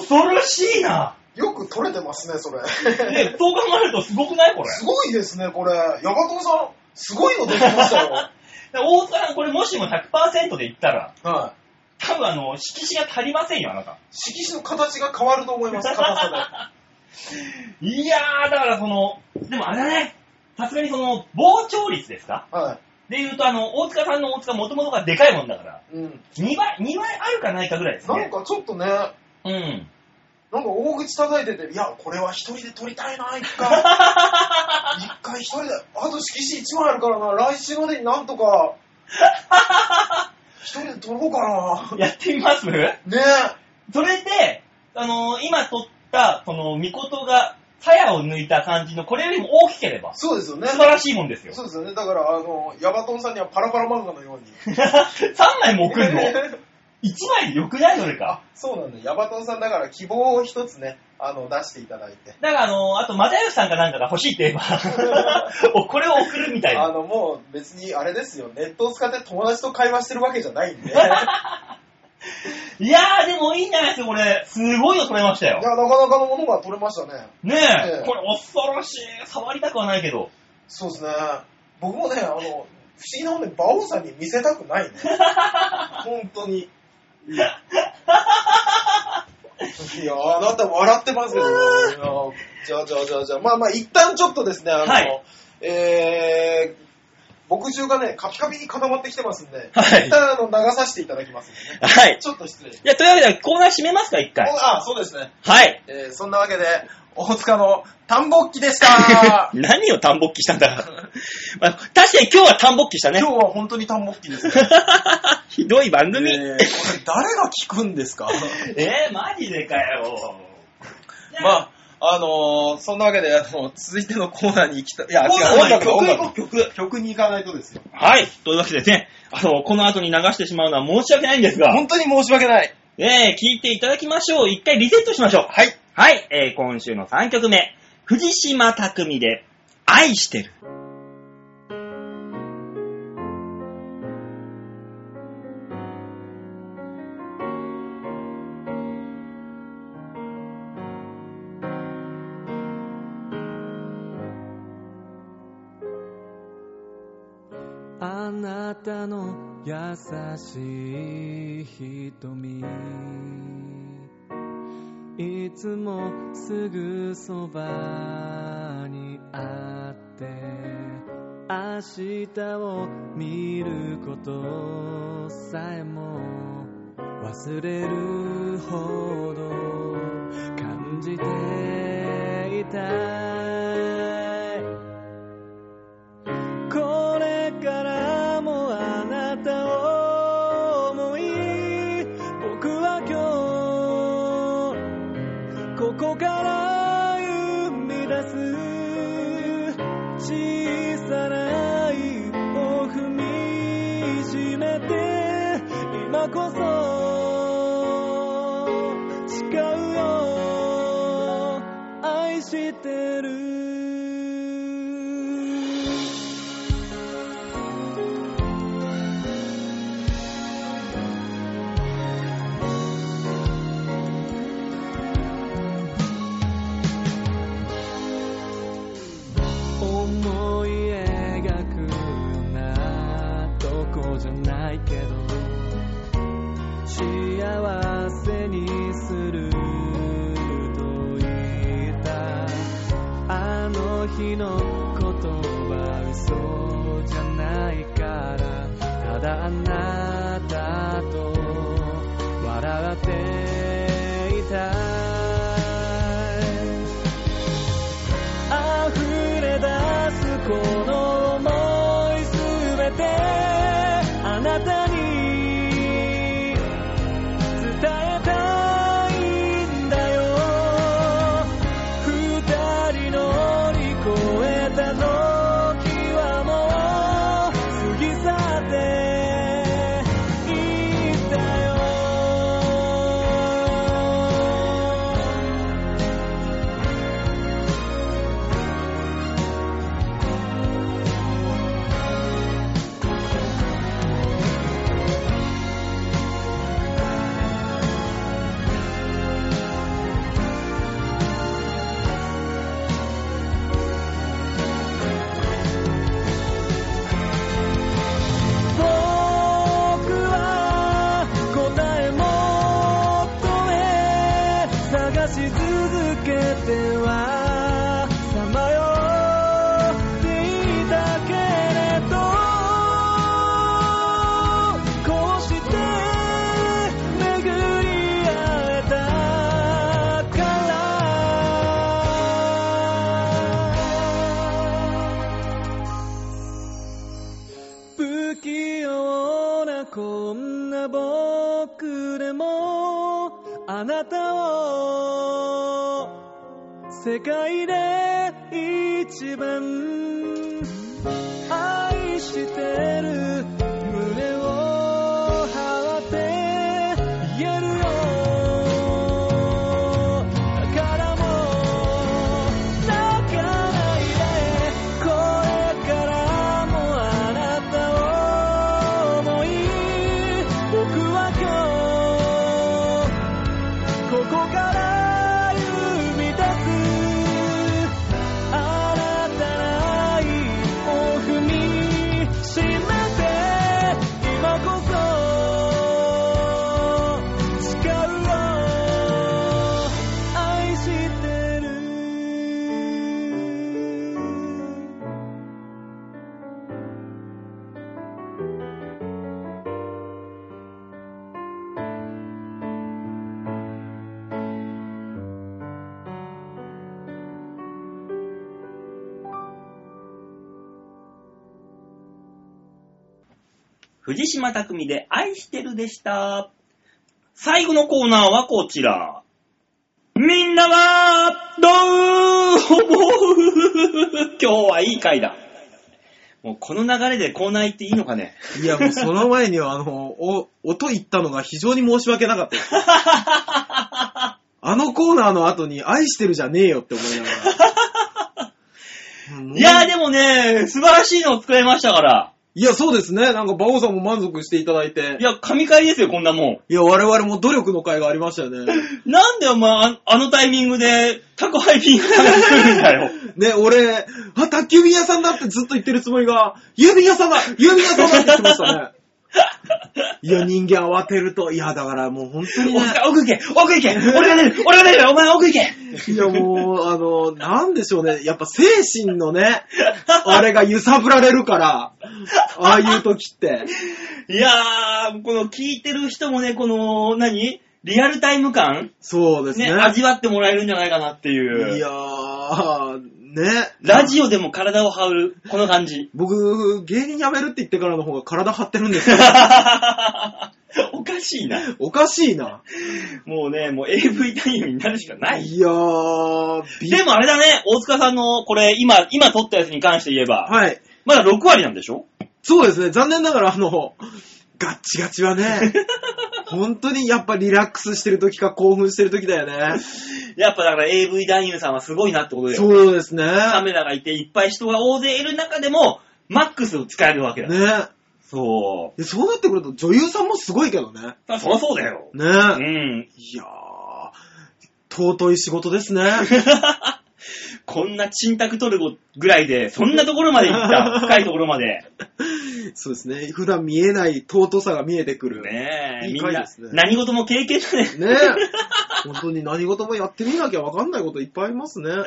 Speaker 2: 恐ろしいな。
Speaker 5: よく撮れてますね、それ。
Speaker 2: ね、そう考えるとすごくないこれ。
Speaker 5: すごいですね、これ。ヤバトンさん、すごいのできましたよ。
Speaker 2: で大塚さん、これもしも100%で言ったら、
Speaker 5: は
Speaker 2: 多分あの、色紙が足りませんよ、あなた。
Speaker 5: い。色紙の形が変わると思います、硬さで。
Speaker 2: <laughs> いやー、だからその、でもあれだね、さすがにその、膨張率ですか
Speaker 5: は
Speaker 2: で言うと、あの、大塚さんの大塚もともとがでかいもんだから、
Speaker 5: い。うん。
Speaker 2: 2倍、2倍あるかないかぐらいです
Speaker 5: なん
Speaker 2: ね。
Speaker 5: かちょっとね、なんか
Speaker 2: うん。
Speaker 5: 大口叩いてて、いや、これは一人で撮りたいな、一回。一回一人で、あと色紙一枚あるからな、来週までになんとか、一人で撮ろうか
Speaker 2: やってみます
Speaker 5: な。ね
Speaker 2: それで、あのー今撮った、この、みことが、鞘を抜いた感じの、これよりも大きければ、素
Speaker 5: そうですよね。
Speaker 2: 晴らしいもんですよ。 <laughs>
Speaker 5: そうですよね。だから、あの、ヤバトンさんにはパラパラ漫画のように。
Speaker 3: <laughs>
Speaker 2: 3枚も送るのい一枚でよくないそれか。
Speaker 3: そうなんだ。ヤバトンさんだから希望を一つね、あの、出していただいて。
Speaker 2: だから、あの、あと、又吉さんかなんかが欲しいって言え
Speaker 3: <laughs>
Speaker 2: ば、おこれを送るみたい
Speaker 3: あ
Speaker 2: な。
Speaker 3: の、もう別にあれですよ、ネットを使って友達と会話してるわけじゃない
Speaker 2: <laughs>
Speaker 3: んで。いや、
Speaker 2: いやー、でもいいんじゃないですか、これ。すごいの取れましたよ
Speaker 3: な。かなかのものが取れましたね。
Speaker 2: ね
Speaker 3: え
Speaker 2: え、
Speaker 3: え
Speaker 2: これ恐ろしい。触りたくはないけど。
Speaker 3: そうですね。僕もね、あの、不思議なもんで、馬王さんに見せたくない
Speaker 2: <laughs>
Speaker 3: ね。本当に。いや、あなた笑ってますけどね。いやじゃあじゃあじゃあじゃあ、まあまあ、一旦ちょっとですね、あの、
Speaker 2: はい
Speaker 3: えー、牧中がね、カピカピに固まってきてますんで、
Speaker 2: はい
Speaker 3: 一旦あの流させていただきますんでね。
Speaker 2: はい。
Speaker 3: ちょっと失礼。
Speaker 2: いや、というわけで、コーナー閉めますか、一回。
Speaker 3: あ、そうですね。
Speaker 2: はい。
Speaker 3: えー、そんなわけで、大塚の田んぼっきでした <laughs>
Speaker 2: <laughs> 何を田んぼっきしたんだから。まあ確かに今日は田んぼっきしたね
Speaker 3: 今。日は本当に田んぼっきですね。
Speaker 2: <laughs> ひどい番組。
Speaker 3: えーこれ誰が聞くんです <laughs> か
Speaker 2: <laughs> えー、マジでかよ。
Speaker 3: まあ、あのー、そんなわけで、あの続いてのコーナーに行きたい。いや、
Speaker 2: コーナー
Speaker 3: 違う、
Speaker 2: 曲
Speaker 3: 音楽だ、音
Speaker 2: 行こ
Speaker 3: 楽
Speaker 2: う、曲。
Speaker 3: 曲に行かないとですよ。
Speaker 2: はい。というわけでね、あの、この後に流してしまうのは申し訳ないんですが、
Speaker 3: 本当に申し訳ない。
Speaker 2: ねえ、聞いていただきましょう。一回リセットしましょう。
Speaker 3: はい。
Speaker 2: はい。えー、今週の3曲目、藤島匠で、愛してる。
Speaker 1: あなたの優しい瞳いつもすぐそばにあって明日を見ることさえも忘れるほど感じていたいこれからもあなたを思い僕は今日ここから生み出す小さな一歩踏みしめて今こそ誓うよ愛してる思い描くようなとこじゃないけど幸せにすると言ったあの日の言葉嘘じゃないからただあなたと笑っていたい溢れ出すこの想いすべてあなたに伝えたいんだよ二人乗り越えた時はもう過ぎ去っていったよ僕は答え求め探し続けてはさまよっていたけれどこうして巡り合えたから不器用なこんな僕でもあなたを世界で一番愛してる胸を張って
Speaker 2: 藤島匠で愛してるでした。最後のコーナーはこちら。みんなは、どう思う <laughs> 今日はいい回だ。もうこの流れでコーナー行っていいのかね。
Speaker 3: いや、もうその前には、あの、お、音言ったのが非常に申し訳なかったです。 <laughs> あのコーナーの後に愛してるじゃねえよって思いなが <laughs> ら。
Speaker 2: いやーでもね、素晴らしいのを作れましたから。
Speaker 3: いや、そうですね。なんか、馬王さんも満足していただいて。
Speaker 2: いや、神回ですよ、こんなも
Speaker 3: いや、我々も努力の会がありましたよね。
Speaker 2: ん。なんでお前、ああのタイミングで宅配便が来るんだよ。
Speaker 3: ね、俺、あ、宅急便屋さんだってずっと言ってるつもりが、郵便屋さんだ郵便屋さんだって言ってましたね。いや、人間慌てると、いや、だからもう本当にね、
Speaker 2: 奥行け奥行け俺が出る俺が出るお前奥行け
Speaker 3: いや、もう、あの、なんでしょうね。やっぱ精神のね、あれが揺さぶられるから、ああいう時って。
Speaker 2: いやー、この聞いてる人もね、この、何リアルタイム感
Speaker 3: そうです
Speaker 2: ね
Speaker 3: ね。
Speaker 2: 味わってもらえるんじゃないかなっていう。
Speaker 3: いやー、ね。。
Speaker 2: ラジオでも体を張る、この感じ
Speaker 3: 僕、芸人辞めるって言ってからの方が体張ってるんですよ。
Speaker 2: <laughs> おかしいな。
Speaker 3: おかしいな。
Speaker 2: もうね、もう AV タイムになるしかない。
Speaker 3: いやー、び
Speaker 2: でもあれだね、大塚さんの、これ、今、今撮ったやつに関して言えば、
Speaker 3: はい。
Speaker 2: まだ6割なんでしょ
Speaker 3: そうですね、残念ながら、あの、ガッチガチは <laughs> ね、本当にやっぱリラックスしてる時か興奮してる時だよね。
Speaker 2: やっぱだから AV 男優さんはすごいなってことだよ。
Speaker 3: そうですね。
Speaker 2: カメラがいていっぱい人が大勢いる中でも、マックスを使えるわけだ。
Speaker 3: ね。
Speaker 2: そう。
Speaker 3: でそうなってくると女優さんもすごいけどね。
Speaker 2: だからそりゃそうだよ。
Speaker 3: ね。
Speaker 2: うん。 <laughs>
Speaker 3: いやー、尊い仕事です <laughs> ね。
Speaker 2: こんな沈託取るぐらいで、そんなところまで行 <laughs> った。深いところまで。
Speaker 3: そうですね。普段見えない尊さが見えてくる。ね
Speaker 2: ねえ、
Speaker 3: いい
Speaker 2: みん
Speaker 3: 回
Speaker 2: な
Speaker 3: です、ね
Speaker 2: 何事も経験だね。
Speaker 3: 本当に何事もやってみなきゃわかんないこといっぱいあり <laughs> ますね。は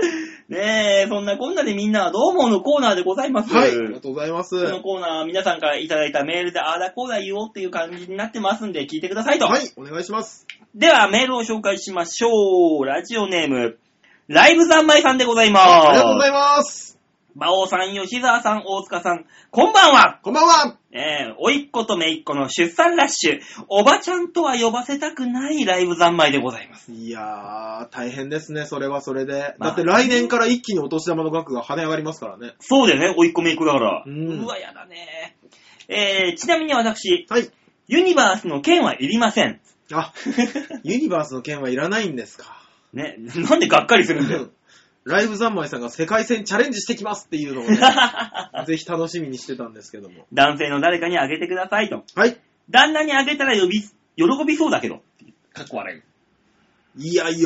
Speaker 2: ねえ、そんなこんなでみんなはどう思うのコーナーでございます。
Speaker 3: い、ありがとうございます。
Speaker 2: この
Speaker 3: は
Speaker 2: コーナーは皆さんからいただいたメールであーだこーだ言おうっていう感じになってますんで聞いてくださいと。
Speaker 3: い、お願いします。
Speaker 2: ではメールを紹介しましょう。ラジオネーム、ライブ三昧さんでございます。
Speaker 3: ありがとうございます。
Speaker 2: 馬王さん、吉沢さん、大塚さん、こんばんは。
Speaker 3: こんばんは。
Speaker 2: えー、おいっ子とめいっ子の出産ラッシュ、おばちゃんとは呼ばせたくないライブ三昧でございます。
Speaker 3: いやー、大変ですね、それはそれで。
Speaker 2: まあ
Speaker 3: だって来年から一気にお年玉の額が跳ね上がりますからね。
Speaker 2: そうだよね、おいっ子めいっ子だから。
Speaker 3: う
Speaker 2: うんわ、やだね。えー、ちなみに私、
Speaker 3: はい。
Speaker 2: ユニバースの剣はいりません。 <laughs>
Speaker 3: あ、ユニバースの件はいらないんですか。 <laughs>
Speaker 2: ね、なんでがっかりするんだよ。
Speaker 3: ライブ三昧さんが世界戦チャレンジしてきますっていうのをね、
Speaker 2: <laughs>
Speaker 3: ぜひ楽しみにしてたんですけども。
Speaker 2: <laughs> 男性の誰かにあげてくださいと。
Speaker 3: はい。
Speaker 2: 旦那にあげたら呼び、喜びそうだけど。かっこ悪い。
Speaker 3: いや、喜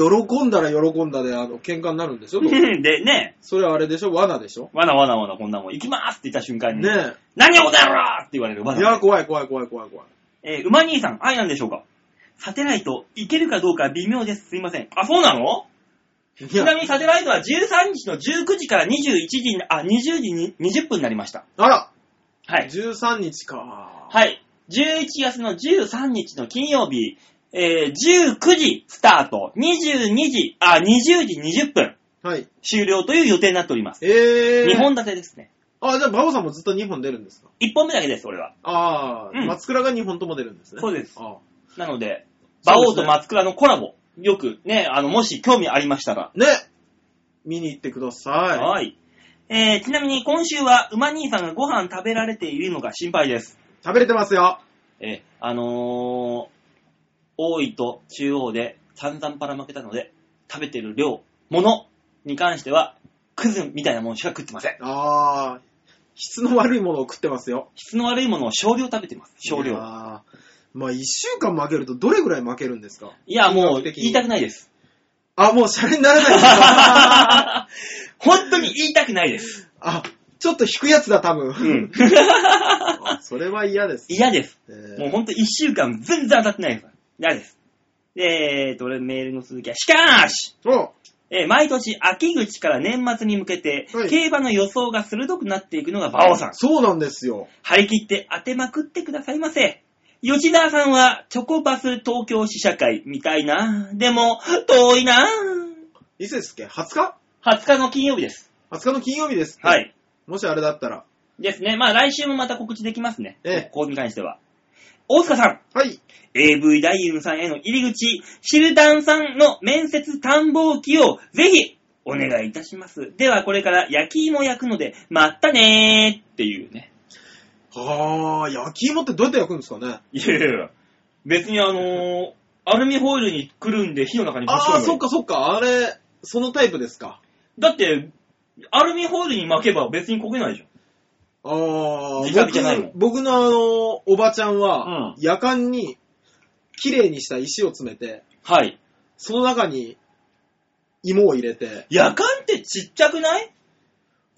Speaker 3: んだら喜んだで、あの、喧嘩になるん
Speaker 2: <laughs>
Speaker 3: でしょ
Speaker 2: で、ね、
Speaker 3: それはあれでしょ罠でしょ
Speaker 2: わなわなわなこんなもん、行きますって言った瞬間に、
Speaker 3: ね
Speaker 2: 何をこの野郎って言われる
Speaker 3: え。
Speaker 2: わ
Speaker 3: い
Speaker 2: な。
Speaker 3: や、怖い怖い怖い怖い怖い。
Speaker 2: えー、馬兄さん、愛なんでしょうかサテライト、行けるかどうか微妙です。すいません。あ、そうなの
Speaker 3: い
Speaker 2: ち
Speaker 3: や
Speaker 2: な、みにサテライトは13日の19時から21時に、あ、20時に20分になりました。
Speaker 3: あら、
Speaker 2: はい。
Speaker 3: 13日か。
Speaker 2: はい。11月の13日の金曜日、えー19時スタート、22時、あ、20時20分
Speaker 3: はい。
Speaker 2: 終了という予定になっております。
Speaker 3: えー。
Speaker 2: 2本立てですね。
Speaker 3: あ、じゃあ、バオさんもずっと2本出るんですか
Speaker 2: 1本目だけです、俺は。
Speaker 3: ああ、
Speaker 2: うん
Speaker 3: 松倉が2本とも出るんですね。
Speaker 2: そうです
Speaker 3: あ
Speaker 2: なので、
Speaker 3: そ
Speaker 2: 馬
Speaker 3: うですね
Speaker 2: 王と松倉のコラボ、よくね、あの、もし興味ありましたら。
Speaker 3: ーね見に行ってください。
Speaker 2: はい。えーちなみに今週は馬兄さんがご飯食べられているのか心配です。
Speaker 3: 食べれてますよ。
Speaker 2: えーあのー、大井と中央で散々ばらまけたので、食べてる量、ものに関しては、クズみたいなものしか食ってません。
Speaker 3: ああ、質の悪いものを食ってますよ。
Speaker 2: 質の悪いものを少量食べてます。少
Speaker 3: い
Speaker 2: 量。
Speaker 3: やーまあ、1週間負けるとどれぐらい負けるんですか
Speaker 2: いや、も
Speaker 3: 比較
Speaker 2: う、
Speaker 3: 的
Speaker 2: 言いたくない
Speaker 3: <laughs>
Speaker 2: です。
Speaker 3: あ、もうシャレにならないですか
Speaker 2: <laughs> 本当に言いたくないです。
Speaker 3: あ、ちょっと引くやつだ、多分。
Speaker 2: うん。
Speaker 3: あそれは嫌です。
Speaker 2: <laughs> 嫌です。
Speaker 3: え
Speaker 2: もう
Speaker 3: ー
Speaker 2: ほんと一週間全然当たってないです。嫌です。えーと、俺メールの続きは、しかーし
Speaker 3: お
Speaker 2: えー毎年秋口から年末に向けて、
Speaker 3: はい
Speaker 2: 競馬の予想が鋭くなっていくのが馬王さん。
Speaker 3: そうなんですよ。
Speaker 2: 張り切って当てまくってくださいませ。吉沢さんは、チョコバス東京試写会見たいな。でも、遠いな。
Speaker 3: いつですっけ ?20 日
Speaker 2: 20日の金曜日です。
Speaker 3: 20日の金曜日ですって
Speaker 2: はい。
Speaker 3: もしあれだったら、
Speaker 2: ですね。まあ来週もまた告知できますね。
Speaker 3: ええ
Speaker 2: ここに関しては。大塚さん、
Speaker 3: はい。
Speaker 2: AV ダイユンさんへの入り口、シルタンさんの面接探訪記をぜひお願いいたします。ではこれから焼き芋焼くので、まったねーっていうね。
Speaker 3: はあ、焼き芋ってどうやって焼くんですかね
Speaker 2: いやいやいや別にあのーアルミホイルにくるんで火の中にぶち込
Speaker 3: ああ、
Speaker 2: む
Speaker 3: そっかそっか。あれ、そのタイプですか。
Speaker 2: だって、アルミホイルに巻けば別に焦げないじ
Speaker 3: ああ、
Speaker 2: 直火じゃないの
Speaker 3: 僕僕のあの、おばちゃんは、
Speaker 2: う
Speaker 3: 夜間に、綺麗にした石を詰めて、
Speaker 2: ゃん。はい。
Speaker 3: その中に、芋を入れて、
Speaker 2: 夜間ってちっちゃくない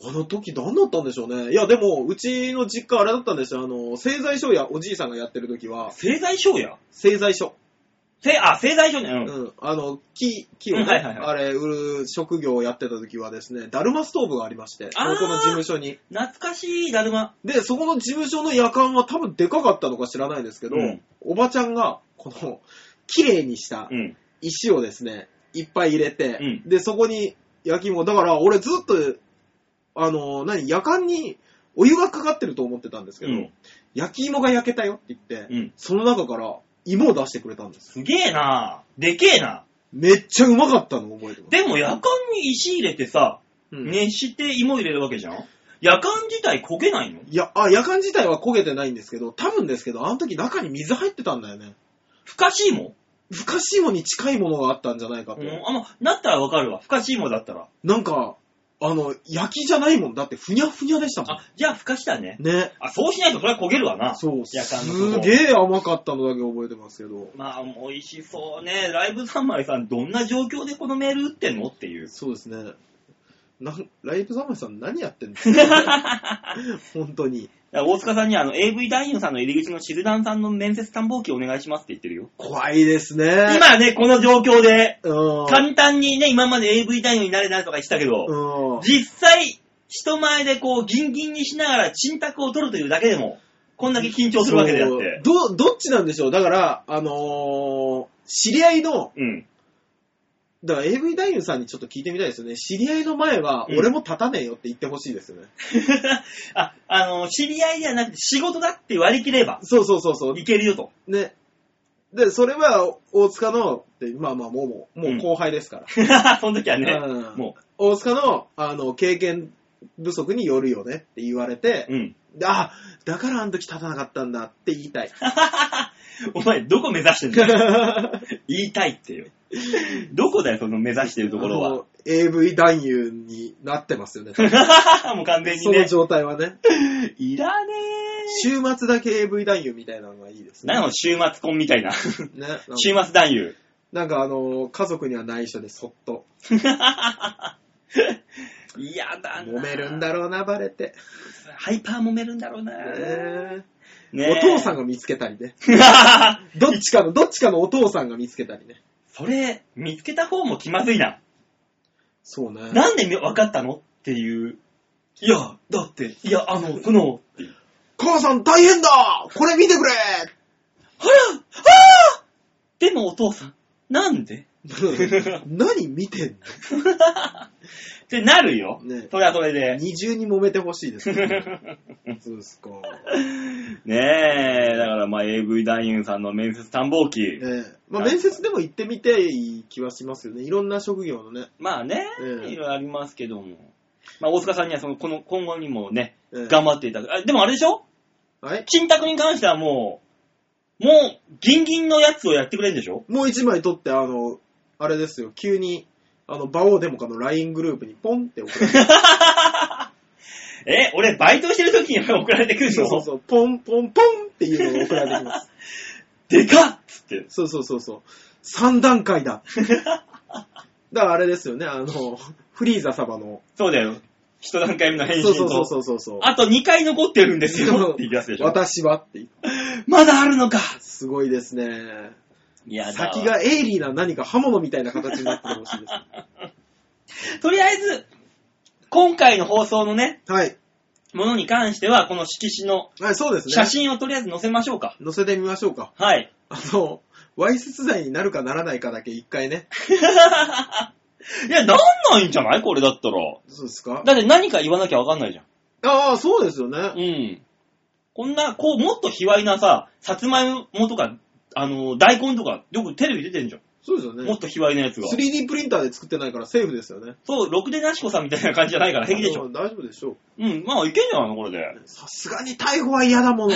Speaker 3: あの時何だったんでしょうね。いや、でも、うちの実家あれだったんですよ。あの、製材所やおじいさんがやってる時は、
Speaker 2: 製材所や。
Speaker 3: 製材所。
Speaker 2: せ、あ、製材所ね。うん。
Speaker 3: うん。あの、木、木をね、
Speaker 2: うんはいはいはい
Speaker 3: あれ、売る職業をやってた時はですね、だるまストーブがありまして、
Speaker 2: あー
Speaker 3: そこの事務所に。
Speaker 2: 懐かしいだるま。
Speaker 3: で、そこの事務所の夜間は多分でかかったのか知らないですけど、
Speaker 2: うん
Speaker 3: おばちゃんが、この、綺麗にした
Speaker 2: うん。
Speaker 3: 石をですね、いっぱい入れて、
Speaker 2: う
Speaker 3: で、そこに焼き芋、だから俺ずっと、あの、何、夜間にお湯がかかってると思ってたんですけ
Speaker 2: う
Speaker 3: ど、
Speaker 2: ん。
Speaker 3: 焼き芋が焼けたよって言って、
Speaker 2: うん。
Speaker 3: その中から芋を出してくれたんです。
Speaker 2: すげえなでけえな
Speaker 3: めっちゃうまかったの覚えてます。
Speaker 2: でも夜間に石入れてさ、
Speaker 3: うん
Speaker 2: 熱して芋入れるわけじゃん夜間自体焦げないの
Speaker 3: いや、あ、夜間自体は焦げてないんですけど、多分ですけど、あの時中に水入ってたんだよね。
Speaker 2: ふかし芋
Speaker 3: ふかし芋に近いものがあったんじゃないかと。
Speaker 2: うん。あ、まあ、なったらわかるわ。ふかし芋だったら。
Speaker 3: なんか、あの、焼きじゃないもんだって、ふにゃふにゃでしたも
Speaker 2: あ、じゃあふかしたね。
Speaker 3: ん。ね。
Speaker 2: あ、そうしないとそれは焦げるわな。
Speaker 3: そう。
Speaker 2: 夜間の
Speaker 3: すげえ甘かったのだけ覚えてますけど。
Speaker 2: まあ、美味しそうね。ライブ三昧さん、どんな状況でこのメール打ってんのっていう。
Speaker 3: そうですね。なんライブ侍さん何やってんですか
Speaker 2: <laughs>
Speaker 3: 本当に。
Speaker 2: だから大塚さんにあの AV 男優さんの入り口のシルダンさんの面接探訪機お願いしますって言ってるよ。
Speaker 3: 怖いですね。
Speaker 2: 今ね、この状況で、
Speaker 3: うん。
Speaker 2: 簡単にね、今まで AV 男優になれないとか言ってたけど、
Speaker 3: うん。
Speaker 2: 実際、人前でこう、ギンギンにしながら、沈託を取るというだけでも、こんだけ緊張するわけであって。
Speaker 3: そうど、どっちなんでしょうだから、あのー知り合いの、
Speaker 2: うん。 <laughs>
Speaker 3: だから AV 男優さんにちょっと聞いてみたいですよね。知り合いの前は、
Speaker 2: うん
Speaker 3: 俺も立たねえよって言ってほしいですよね。
Speaker 2: あ、あの、知り合いではなくて仕事だって割り切れば、
Speaker 3: そうそうそうそう。
Speaker 2: いけるよと。 <laughs>
Speaker 3: ね。で、それは、大塚の、でまあまあ、もう、もうもう後輩ですから。
Speaker 2: その時はね、
Speaker 3: うん
Speaker 2: も
Speaker 3: 大塚の、あの、経験不足によるよねって言われて、
Speaker 2: う、うん。
Speaker 3: であ、だからあの時立たなかったんだって言い
Speaker 2: <laughs>
Speaker 3: たい。
Speaker 2: お前、どこ目指してん
Speaker 3: <laughs>
Speaker 2: だよ言いたいっていう。どこだよ、その目指してるところは。
Speaker 3: あの AV 男優になってま
Speaker 2: <laughs>
Speaker 3: すよね。
Speaker 2: もう完全に
Speaker 3: その
Speaker 2: ね。
Speaker 3: 状態はね。
Speaker 2: いらね
Speaker 3: 週末だけ AV 男優みたいなのがいいです
Speaker 2: え。
Speaker 3: ね。
Speaker 2: なの週末婚みたい <laughs> な。週
Speaker 3: ねなんか
Speaker 2: 末男優。 <laughs>
Speaker 3: なんかあの、家族には内緒でそっと。
Speaker 2: 嫌だな。
Speaker 3: 揉めるんだろうな、バレて。
Speaker 2: ハイパー揉めるんだろうな。
Speaker 3: ね
Speaker 2: ね
Speaker 3: お父さん
Speaker 2: ん。
Speaker 3: が見つけたりね。どっちかの、どっちかのお父さんが見つけたりね。
Speaker 2: <laughs> それ、見つけた方も気まずいな。
Speaker 3: そうね。
Speaker 2: なんで分かったのっていう。いや、だって、いや、あの、この、っていう
Speaker 3: 母さん大変だこれ見てくれ
Speaker 2: あらああでもお父さん、なんで
Speaker 3: 何見てん
Speaker 2: ってなるよ。
Speaker 3: ね
Speaker 2: それはそれで
Speaker 3: の。二重に揉めてほしいです、ね。そうですか。
Speaker 2: ねえ、だからまあ AV 男優さんの面接探訪期。
Speaker 3: ねまあ面接でも行ってみていい気はしますよね。いろんな職業のね。
Speaker 2: まあね、
Speaker 3: ええ
Speaker 2: いろいろありますけども。まあ大塚さんにはその、この、今後にもね、
Speaker 3: ええ
Speaker 2: 頑張っていただく。あでもあれでしょ
Speaker 3: はい。
Speaker 2: 沈託に関してはもう、もう、ギンギンのやつをやってくれるんでしょ
Speaker 3: もう一枚取って、あの、あれですよ、急に、あの、馬王デモカの LINE グループにポンって送られて、
Speaker 2: え、俺バイトしてる時に送られてくるの
Speaker 3: そうそうそう、ポンポンポンっていうのが送られてきます。
Speaker 2: でかっつって。
Speaker 3: そうそうそうそう。3段階
Speaker 2: <laughs>
Speaker 3: だ。だからあれですよね、あの、フリーザ様の。
Speaker 2: そうだよ。一段階目の返
Speaker 3: そう
Speaker 2: 信
Speaker 3: そうそう
Speaker 2: と。
Speaker 3: そうそうそう。
Speaker 2: あと2回残ってるんですよって言い出すでしょ。
Speaker 3: 私はって。
Speaker 2: まだあるのか
Speaker 3: すごいですね。
Speaker 2: いや、だわ
Speaker 3: 先が鋭利な何か刃物みたいな形になっててほしいです。
Speaker 2: とりあえず、今回の放送のね、 <laughs>
Speaker 3: はい。
Speaker 2: ものに関しては、この色紙の
Speaker 3: はい、そうですね。
Speaker 2: 写真をとりあえず載せましょうか。
Speaker 3: 載せてみましょうか。
Speaker 2: はい。
Speaker 3: あの、わいせつ罪になるかならないかだけ一回ね。
Speaker 2: いや、なんないんじゃないこれだったら。
Speaker 3: そうですか
Speaker 2: だって何か言わなきゃわかんないじゃん。
Speaker 3: ああ、そうですよね。
Speaker 2: うん。こんな、こう、もっと卑猥なさ、さつまいもとか、あの、大根とか、よくテレビ出てんじゃん。
Speaker 3: そうですよ
Speaker 2: も
Speaker 3: ね
Speaker 2: っ。と卑猥なやつが。
Speaker 3: 3D プリンターで作ってないからセーフですよね。
Speaker 2: そう、ろくでなしこさんみたいな感じじゃないから平気でしょ。
Speaker 3: うん大丈夫でしょう。
Speaker 2: うん、まあ、いけんじゃないの、これで。
Speaker 3: さすがに逮捕は嫌だもの。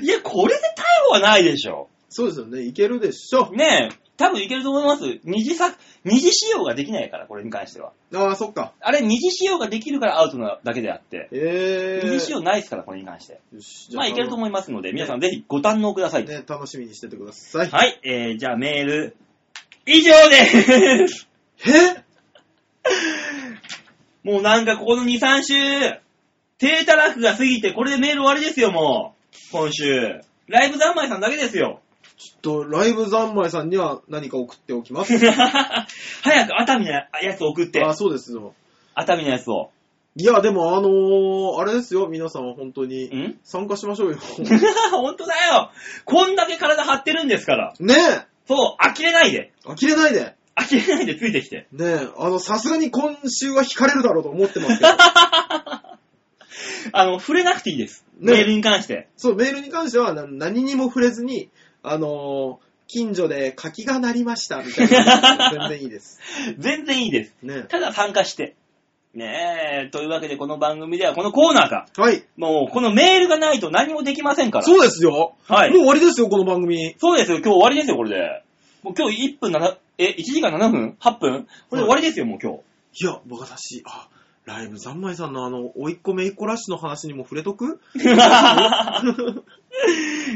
Speaker 2: いや、これで逮捕はないでしょ。
Speaker 3: そうですよね。いけるでしょ
Speaker 2: ねえ、多分いけると思います。二次作、二次使用ができないから、これに関しては。
Speaker 3: う。ああ、そっか。
Speaker 2: あれ、二次使用ができるからアウトなだけであって。
Speaker 3: ええー。
Speaker 2: 二次使用ないですから、これに関して。
Speaker 3: よし
Speaker 2: まあ、いけると
Speaker 3: う。
Speaker 2: 思いますので、皆さんぜひご堪能ください。
Speaker 3: ね、楽しみにしててください。
Speaker 2: はい、えー、じゃあメール、以上でーす
Speaker 3: え
Speaker 2: もうなんかここの2、3週、低たらくが過ぎて、これでメール終わりですよ、もう。今週。ライブ三昧さんだけですよ。 <laughs>
Speaker 3: ちょっと、ライブ三昧さんには何か送っておきま
Speaker 2: <laughs>
Speaker 3: す。
Speaker 2: 早く熱海のやつ送って
Speaker 3: あ。あ、そうですよ。
Speaker 2: 熱海のやつを。
Speaker 3: いや、でも、あのー、あれですよ。皆さんは本当
Speaker 2: う
Speaker 3: に。
Speaker 2: ん <laughs>
Speaker 3: 参加しましょうよ。 <laughs>
Speaker 2: 本当だよ。こんだけ体張ってるんですから。
Speaker 3: ねえ
Speaker 2: そう、呆れないで。
Speaker 3: 呆れないで。
Speaker 2: 呆れないでついてきて。
Speaker 3: ねえ、あの、さすがに今週は惹かれるだろうと思ってま
Speaker 2: <laughs>
Speaker 3: すけど。
Speaker 2: あの、触れなくていいです。
Speaker 3: ね
Speaker 2: メールに関して。
Speaker 3: そう、メールに関してはな何にも触れずに、あのー近所で柿が鳴りました、みたいな。全然いいです。
Speaker 2: 全然いいです。
Speaker 3: ね
Speaker 2: ただ参加して。ねえ、というわけでこの番組ではこのコーナーか。 <laughs>
Speaker 3: はい。
Speaker 2: もう、このメールがないと何もできませんから。
Speaker 3: そうですよ。
Speaker 2: はい
Speaker 3: もう終わりですよ、この番組。
Speaker 2: そうですよ、今日終わりですよ、これで。もう今日1分7、え、1時間7分 ?8 分これで終わりですよ、もう今日。
Speaker 3: いや、僕私、あ、ライブ三昧さんのあの、おいっ子めいっ子ラッシュの話にも触れとく <laughs>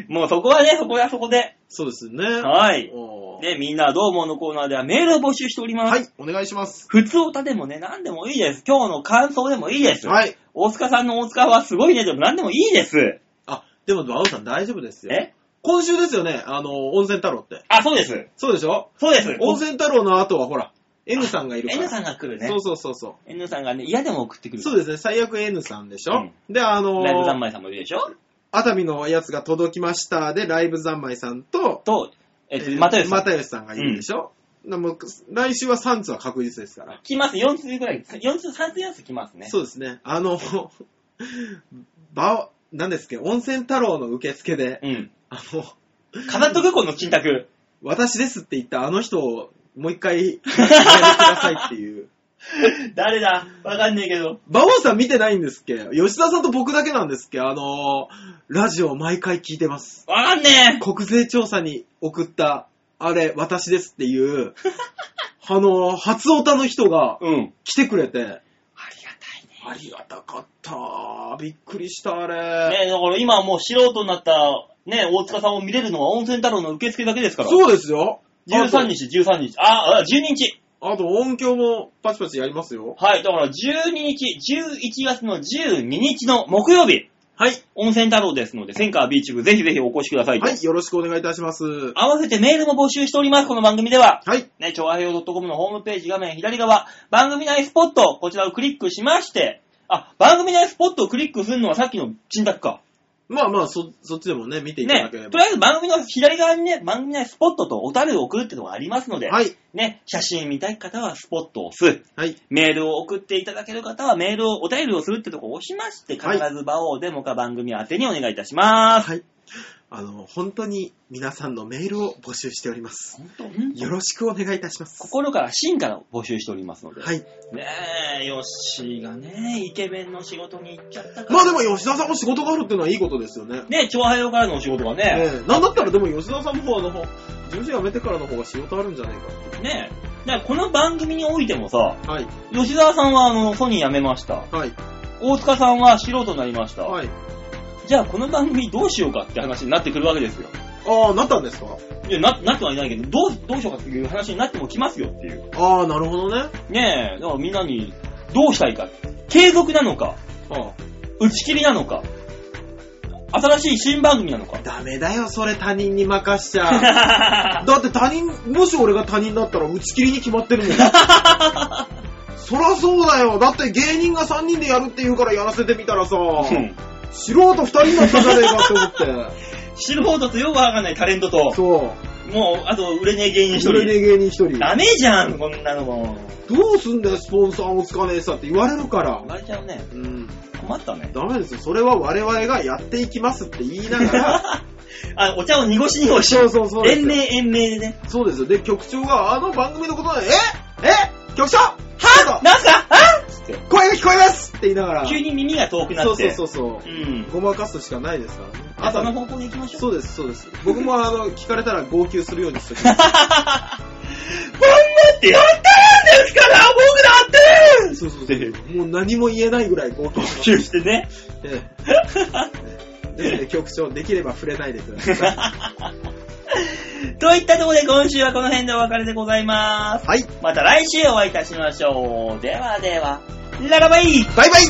Speaker 2: もうそこはね、そこはそこで。
Speaker 3: そうですね。
Speaker 2: はい。
Speaker 3: おー
Speaker 2: で、みんなはどう思うのコーナーではメールを募集しております。
Speaker 3: はい、お願いします。
Speaker 2: 普通歌でもね、何でもいいです。今日の感想でもいいです。
Speaker 3: はい。
Speaker 2: 大塚さんの大塚はすごいね、でも何でもいいです。
Speaker 3: あ、でも、バオさん大丈夫ですよ。
Speaker 2: え
Speaker 3: 今週ですよね、あの、温泉太郎って。
Speaker 2: あ、そうです。
Speaker 3: そうでしょ
Speaker 2: そうです。
Speaker 3: 温泉太郎の後はほら、N さんがいるから。
Speaker 2: N さんが来るね
Speaker 3: そ。うそうそうそ
Speaker 2: N さんがね、嫌でも送ってく
Speaker 3: う。
Speaker 2: る。
Speaker 3: そうですね、最悪 N さんでしょ、で、あの
Speaker 2: ライブ三
Speaker 3: ー、
Speaker 2: 昧さんもいるでしょ
Speaker 3: 熱海のやつが届きましたで、ライブ三昧さんと、
Speaker 2: と、えっと、またよしさん。
Speaker 3: 又吉さんがいるでしょ、なもう来週は3つは確実ですから。
Speaker 2: 来ます、4通ぐらい。4通、3通、4通来ますね。
Speaker 3: そうですね。あの、 <laughs> ば、なんですっけ、温泉太郎の受付で、
Speaker 2: うん。
Speaker 3: あの、
Speaker 2: 金戸空港の沈託。
Speaker 3: 私ですって言ったあの人をもう一回、や <laughs> ってくださいっていう。
Speaker 2: 誰だわかんねえけど。
Speaker 3: 馬王さん見てないんですっけ吉田さんと僕だけなんですっけあのラジオ毎回聞いてます。
Speaker 2: わかんね
Speaker 3: 国税調査に送った、あれ、私ですっていう、
Speaker 2: <laughs>
Speaker 3: あの初オタの人が
Speaker 2: え。うん。
Speaker 3: 来てくれて、
Speaker 2: ありがたいね。
Speaker 3: ありがたかった。びっくりした、あれ。
Speaker 2: ねえ、だから今はもう素人になった、ねえ、大塚さんを見れるのは温泉太郎の受付だけですから。
Speaker 3: そうですよ。
Speaker 2: 13日、13日。あ、あ12日。
Speaker 3: あと音響もパチパチやりますよ。
Speaker 2: はい、だから12日、11月の12日の木曜日。はい。温泉太郎ですので、センカービーチ部ぜひぜひお越しくださいと。
Speaker 3: はい、よろしくお願いいたします。は
Speaker 2: 合わせてメールも募集しております、この番組では。
Speaker 3: い。
Speaker 2: ね、超愛用 .com のホームページ画面左側、番組内スポット、こちらをクリックしまして、あ、番組内スポットをクリックするのはさっきの沈託か。
Speaker 3: まあまあ、そ、そっちでもね、見ていた
Speaker 2: ね、
Speaker 3: だ
Speaker 2: と
Speaker 3: け
Speaker 2: り
Speaker 3: れば。
Speaker 2: あえず番組の左側にね、番組内スポットとお便りを送るっていうのがありますので、
Speaker 3: はい。
Speaker 2: ね、写真見たい方はスポットを押す。
Speaker 3: はい。
Speaker 2: メールを送っていただける方はメールを、お便りをするってとこを押しまして、必
Speaker 3: はい
Speaker 2: ず場をデモか番組宛てにお願いいたします。
Speaker 3: はい。あの、本当に皆さんのメールを募集しております。
Speaker 2: 本当、本
Speaker 3: よ
Speaker 2: 当
Speaker 3: ろしくお願いいたします。
Speaker 2: 心から真から募集しておりますので。
Speaker 3: はい。
Speaker 2: ねえ、ヨッシーがね、イケメンの仕事に行っちゃったから。
Speaker 3: まあでも、吉田さんも仕事があるっていうのはいいことですよね。
Speaker 2: ね、超配用からのお仕事がね、
Speaker 3: ええなんだったらでも吉田さんもあの、事務所辞めてからの方が仕事あるんじゃない
Speaker 2: ね、だからこの番組においてもさ、
Speaker 3: か。はい。
Speaker 2: 吉沢さんはあの、ソニー辞めました。
Speaker 3: はい。
Speaker 2: 大塚さんは素人になりました。
Speaker 3: はい。
Speaker 2: じゃあこの番組どうしようかって話になってくるわけですよ。
Speaker 3: ああ、なったんですか
Speaker 2: いや、な、なってはいないけど、どう、どうしようかっていう話になってもきますよっていう。
Speaker 3: ああ、なるほどね。
Speaker 2: ねえ、だからみんなに、どうしたいか。継続なのか、
Speaker 3: あ
Speaker 2: 打ち切りなのか、新しい新番組なのか
Speaker 3: あ。ダメだよ、それ他人に任しちゃ。
Speaker 2: <laughs>
Speaker 3: だって他人、もし俺が他人だったら打ち切りに決
Speaker 2: <laughs>
Speaker 3: まってるもん。そらそうだよ。だって芸人が3人でやるって言うからやらせてみたらさ、
Speaker 2: うん
Speaker 3: 素人2人になったじゃねえかって思って。
Speaker 2: <laughs> 素人とよくわかんないタレントと、
Speaker 3: そ
Speaker 2: もう、あと、売れねえ芸人一
Speaker 3: それ
Speaker 2: 人。
Speaker 3: で芸人一人。
Speaker 2: ダメじゃん、こんなのも。
Speaker 3: どうすんだよ、スポンサーもつかねえさって言われるから
Speaker 2: 言。われちゃうね。
Speaker 3: うん。
Speaker 2: 困ったね。 <laughs>
Speaker 3: ダメですよ。それは我々がやっていきますって言いなが
Speaker 2: <laughs>
Speaker 3: ら、
Speaker 2: あ、お茶を濁し濁し。
Speaker 3: そうそうそうです
Speaker 2: 延
Speaker 3: よ
Speaker 2: 命延命でね。
Speaker 3: そうですよ。で、局長があの番組のことなんで、ええ局長は
Speaker 2: なんすかあつって。
Speaker 3: 声が聞こえますって言いながら、
Speaker 2: 急に耳が遠くなって。
Speaker 3: そうそうそうそうう。
Speaker 2: ん。
Speaker 3: ごまかすしかないですからね。
Speaker 2: あ、
Speaker 3: あ
Speaker 2: そ
Speaker 3: と
Speaker 2: の方向に行きましょう。
Speaker 3: そうです、そうです。僕もあの、聞かれたら号泣するようにしとき <laughs> ます。
Speaker 2: 頑張ってやったんですから僕だって
Speaker 3: そうそうそう。もう何も言えないぐらい号泣し
Speaker 2: 急してね。
Speaker 3: ました。 <laughs> ええですので、局長、できれば触れないでください。
Speaker 2: <laughs> といったところで今週はこの辺でお別れでございます。
Speaker 3: はい、
Speaker 2: また来週お会いいたしましょう。ではでは、ララバイ
Speaker 3: バイバイ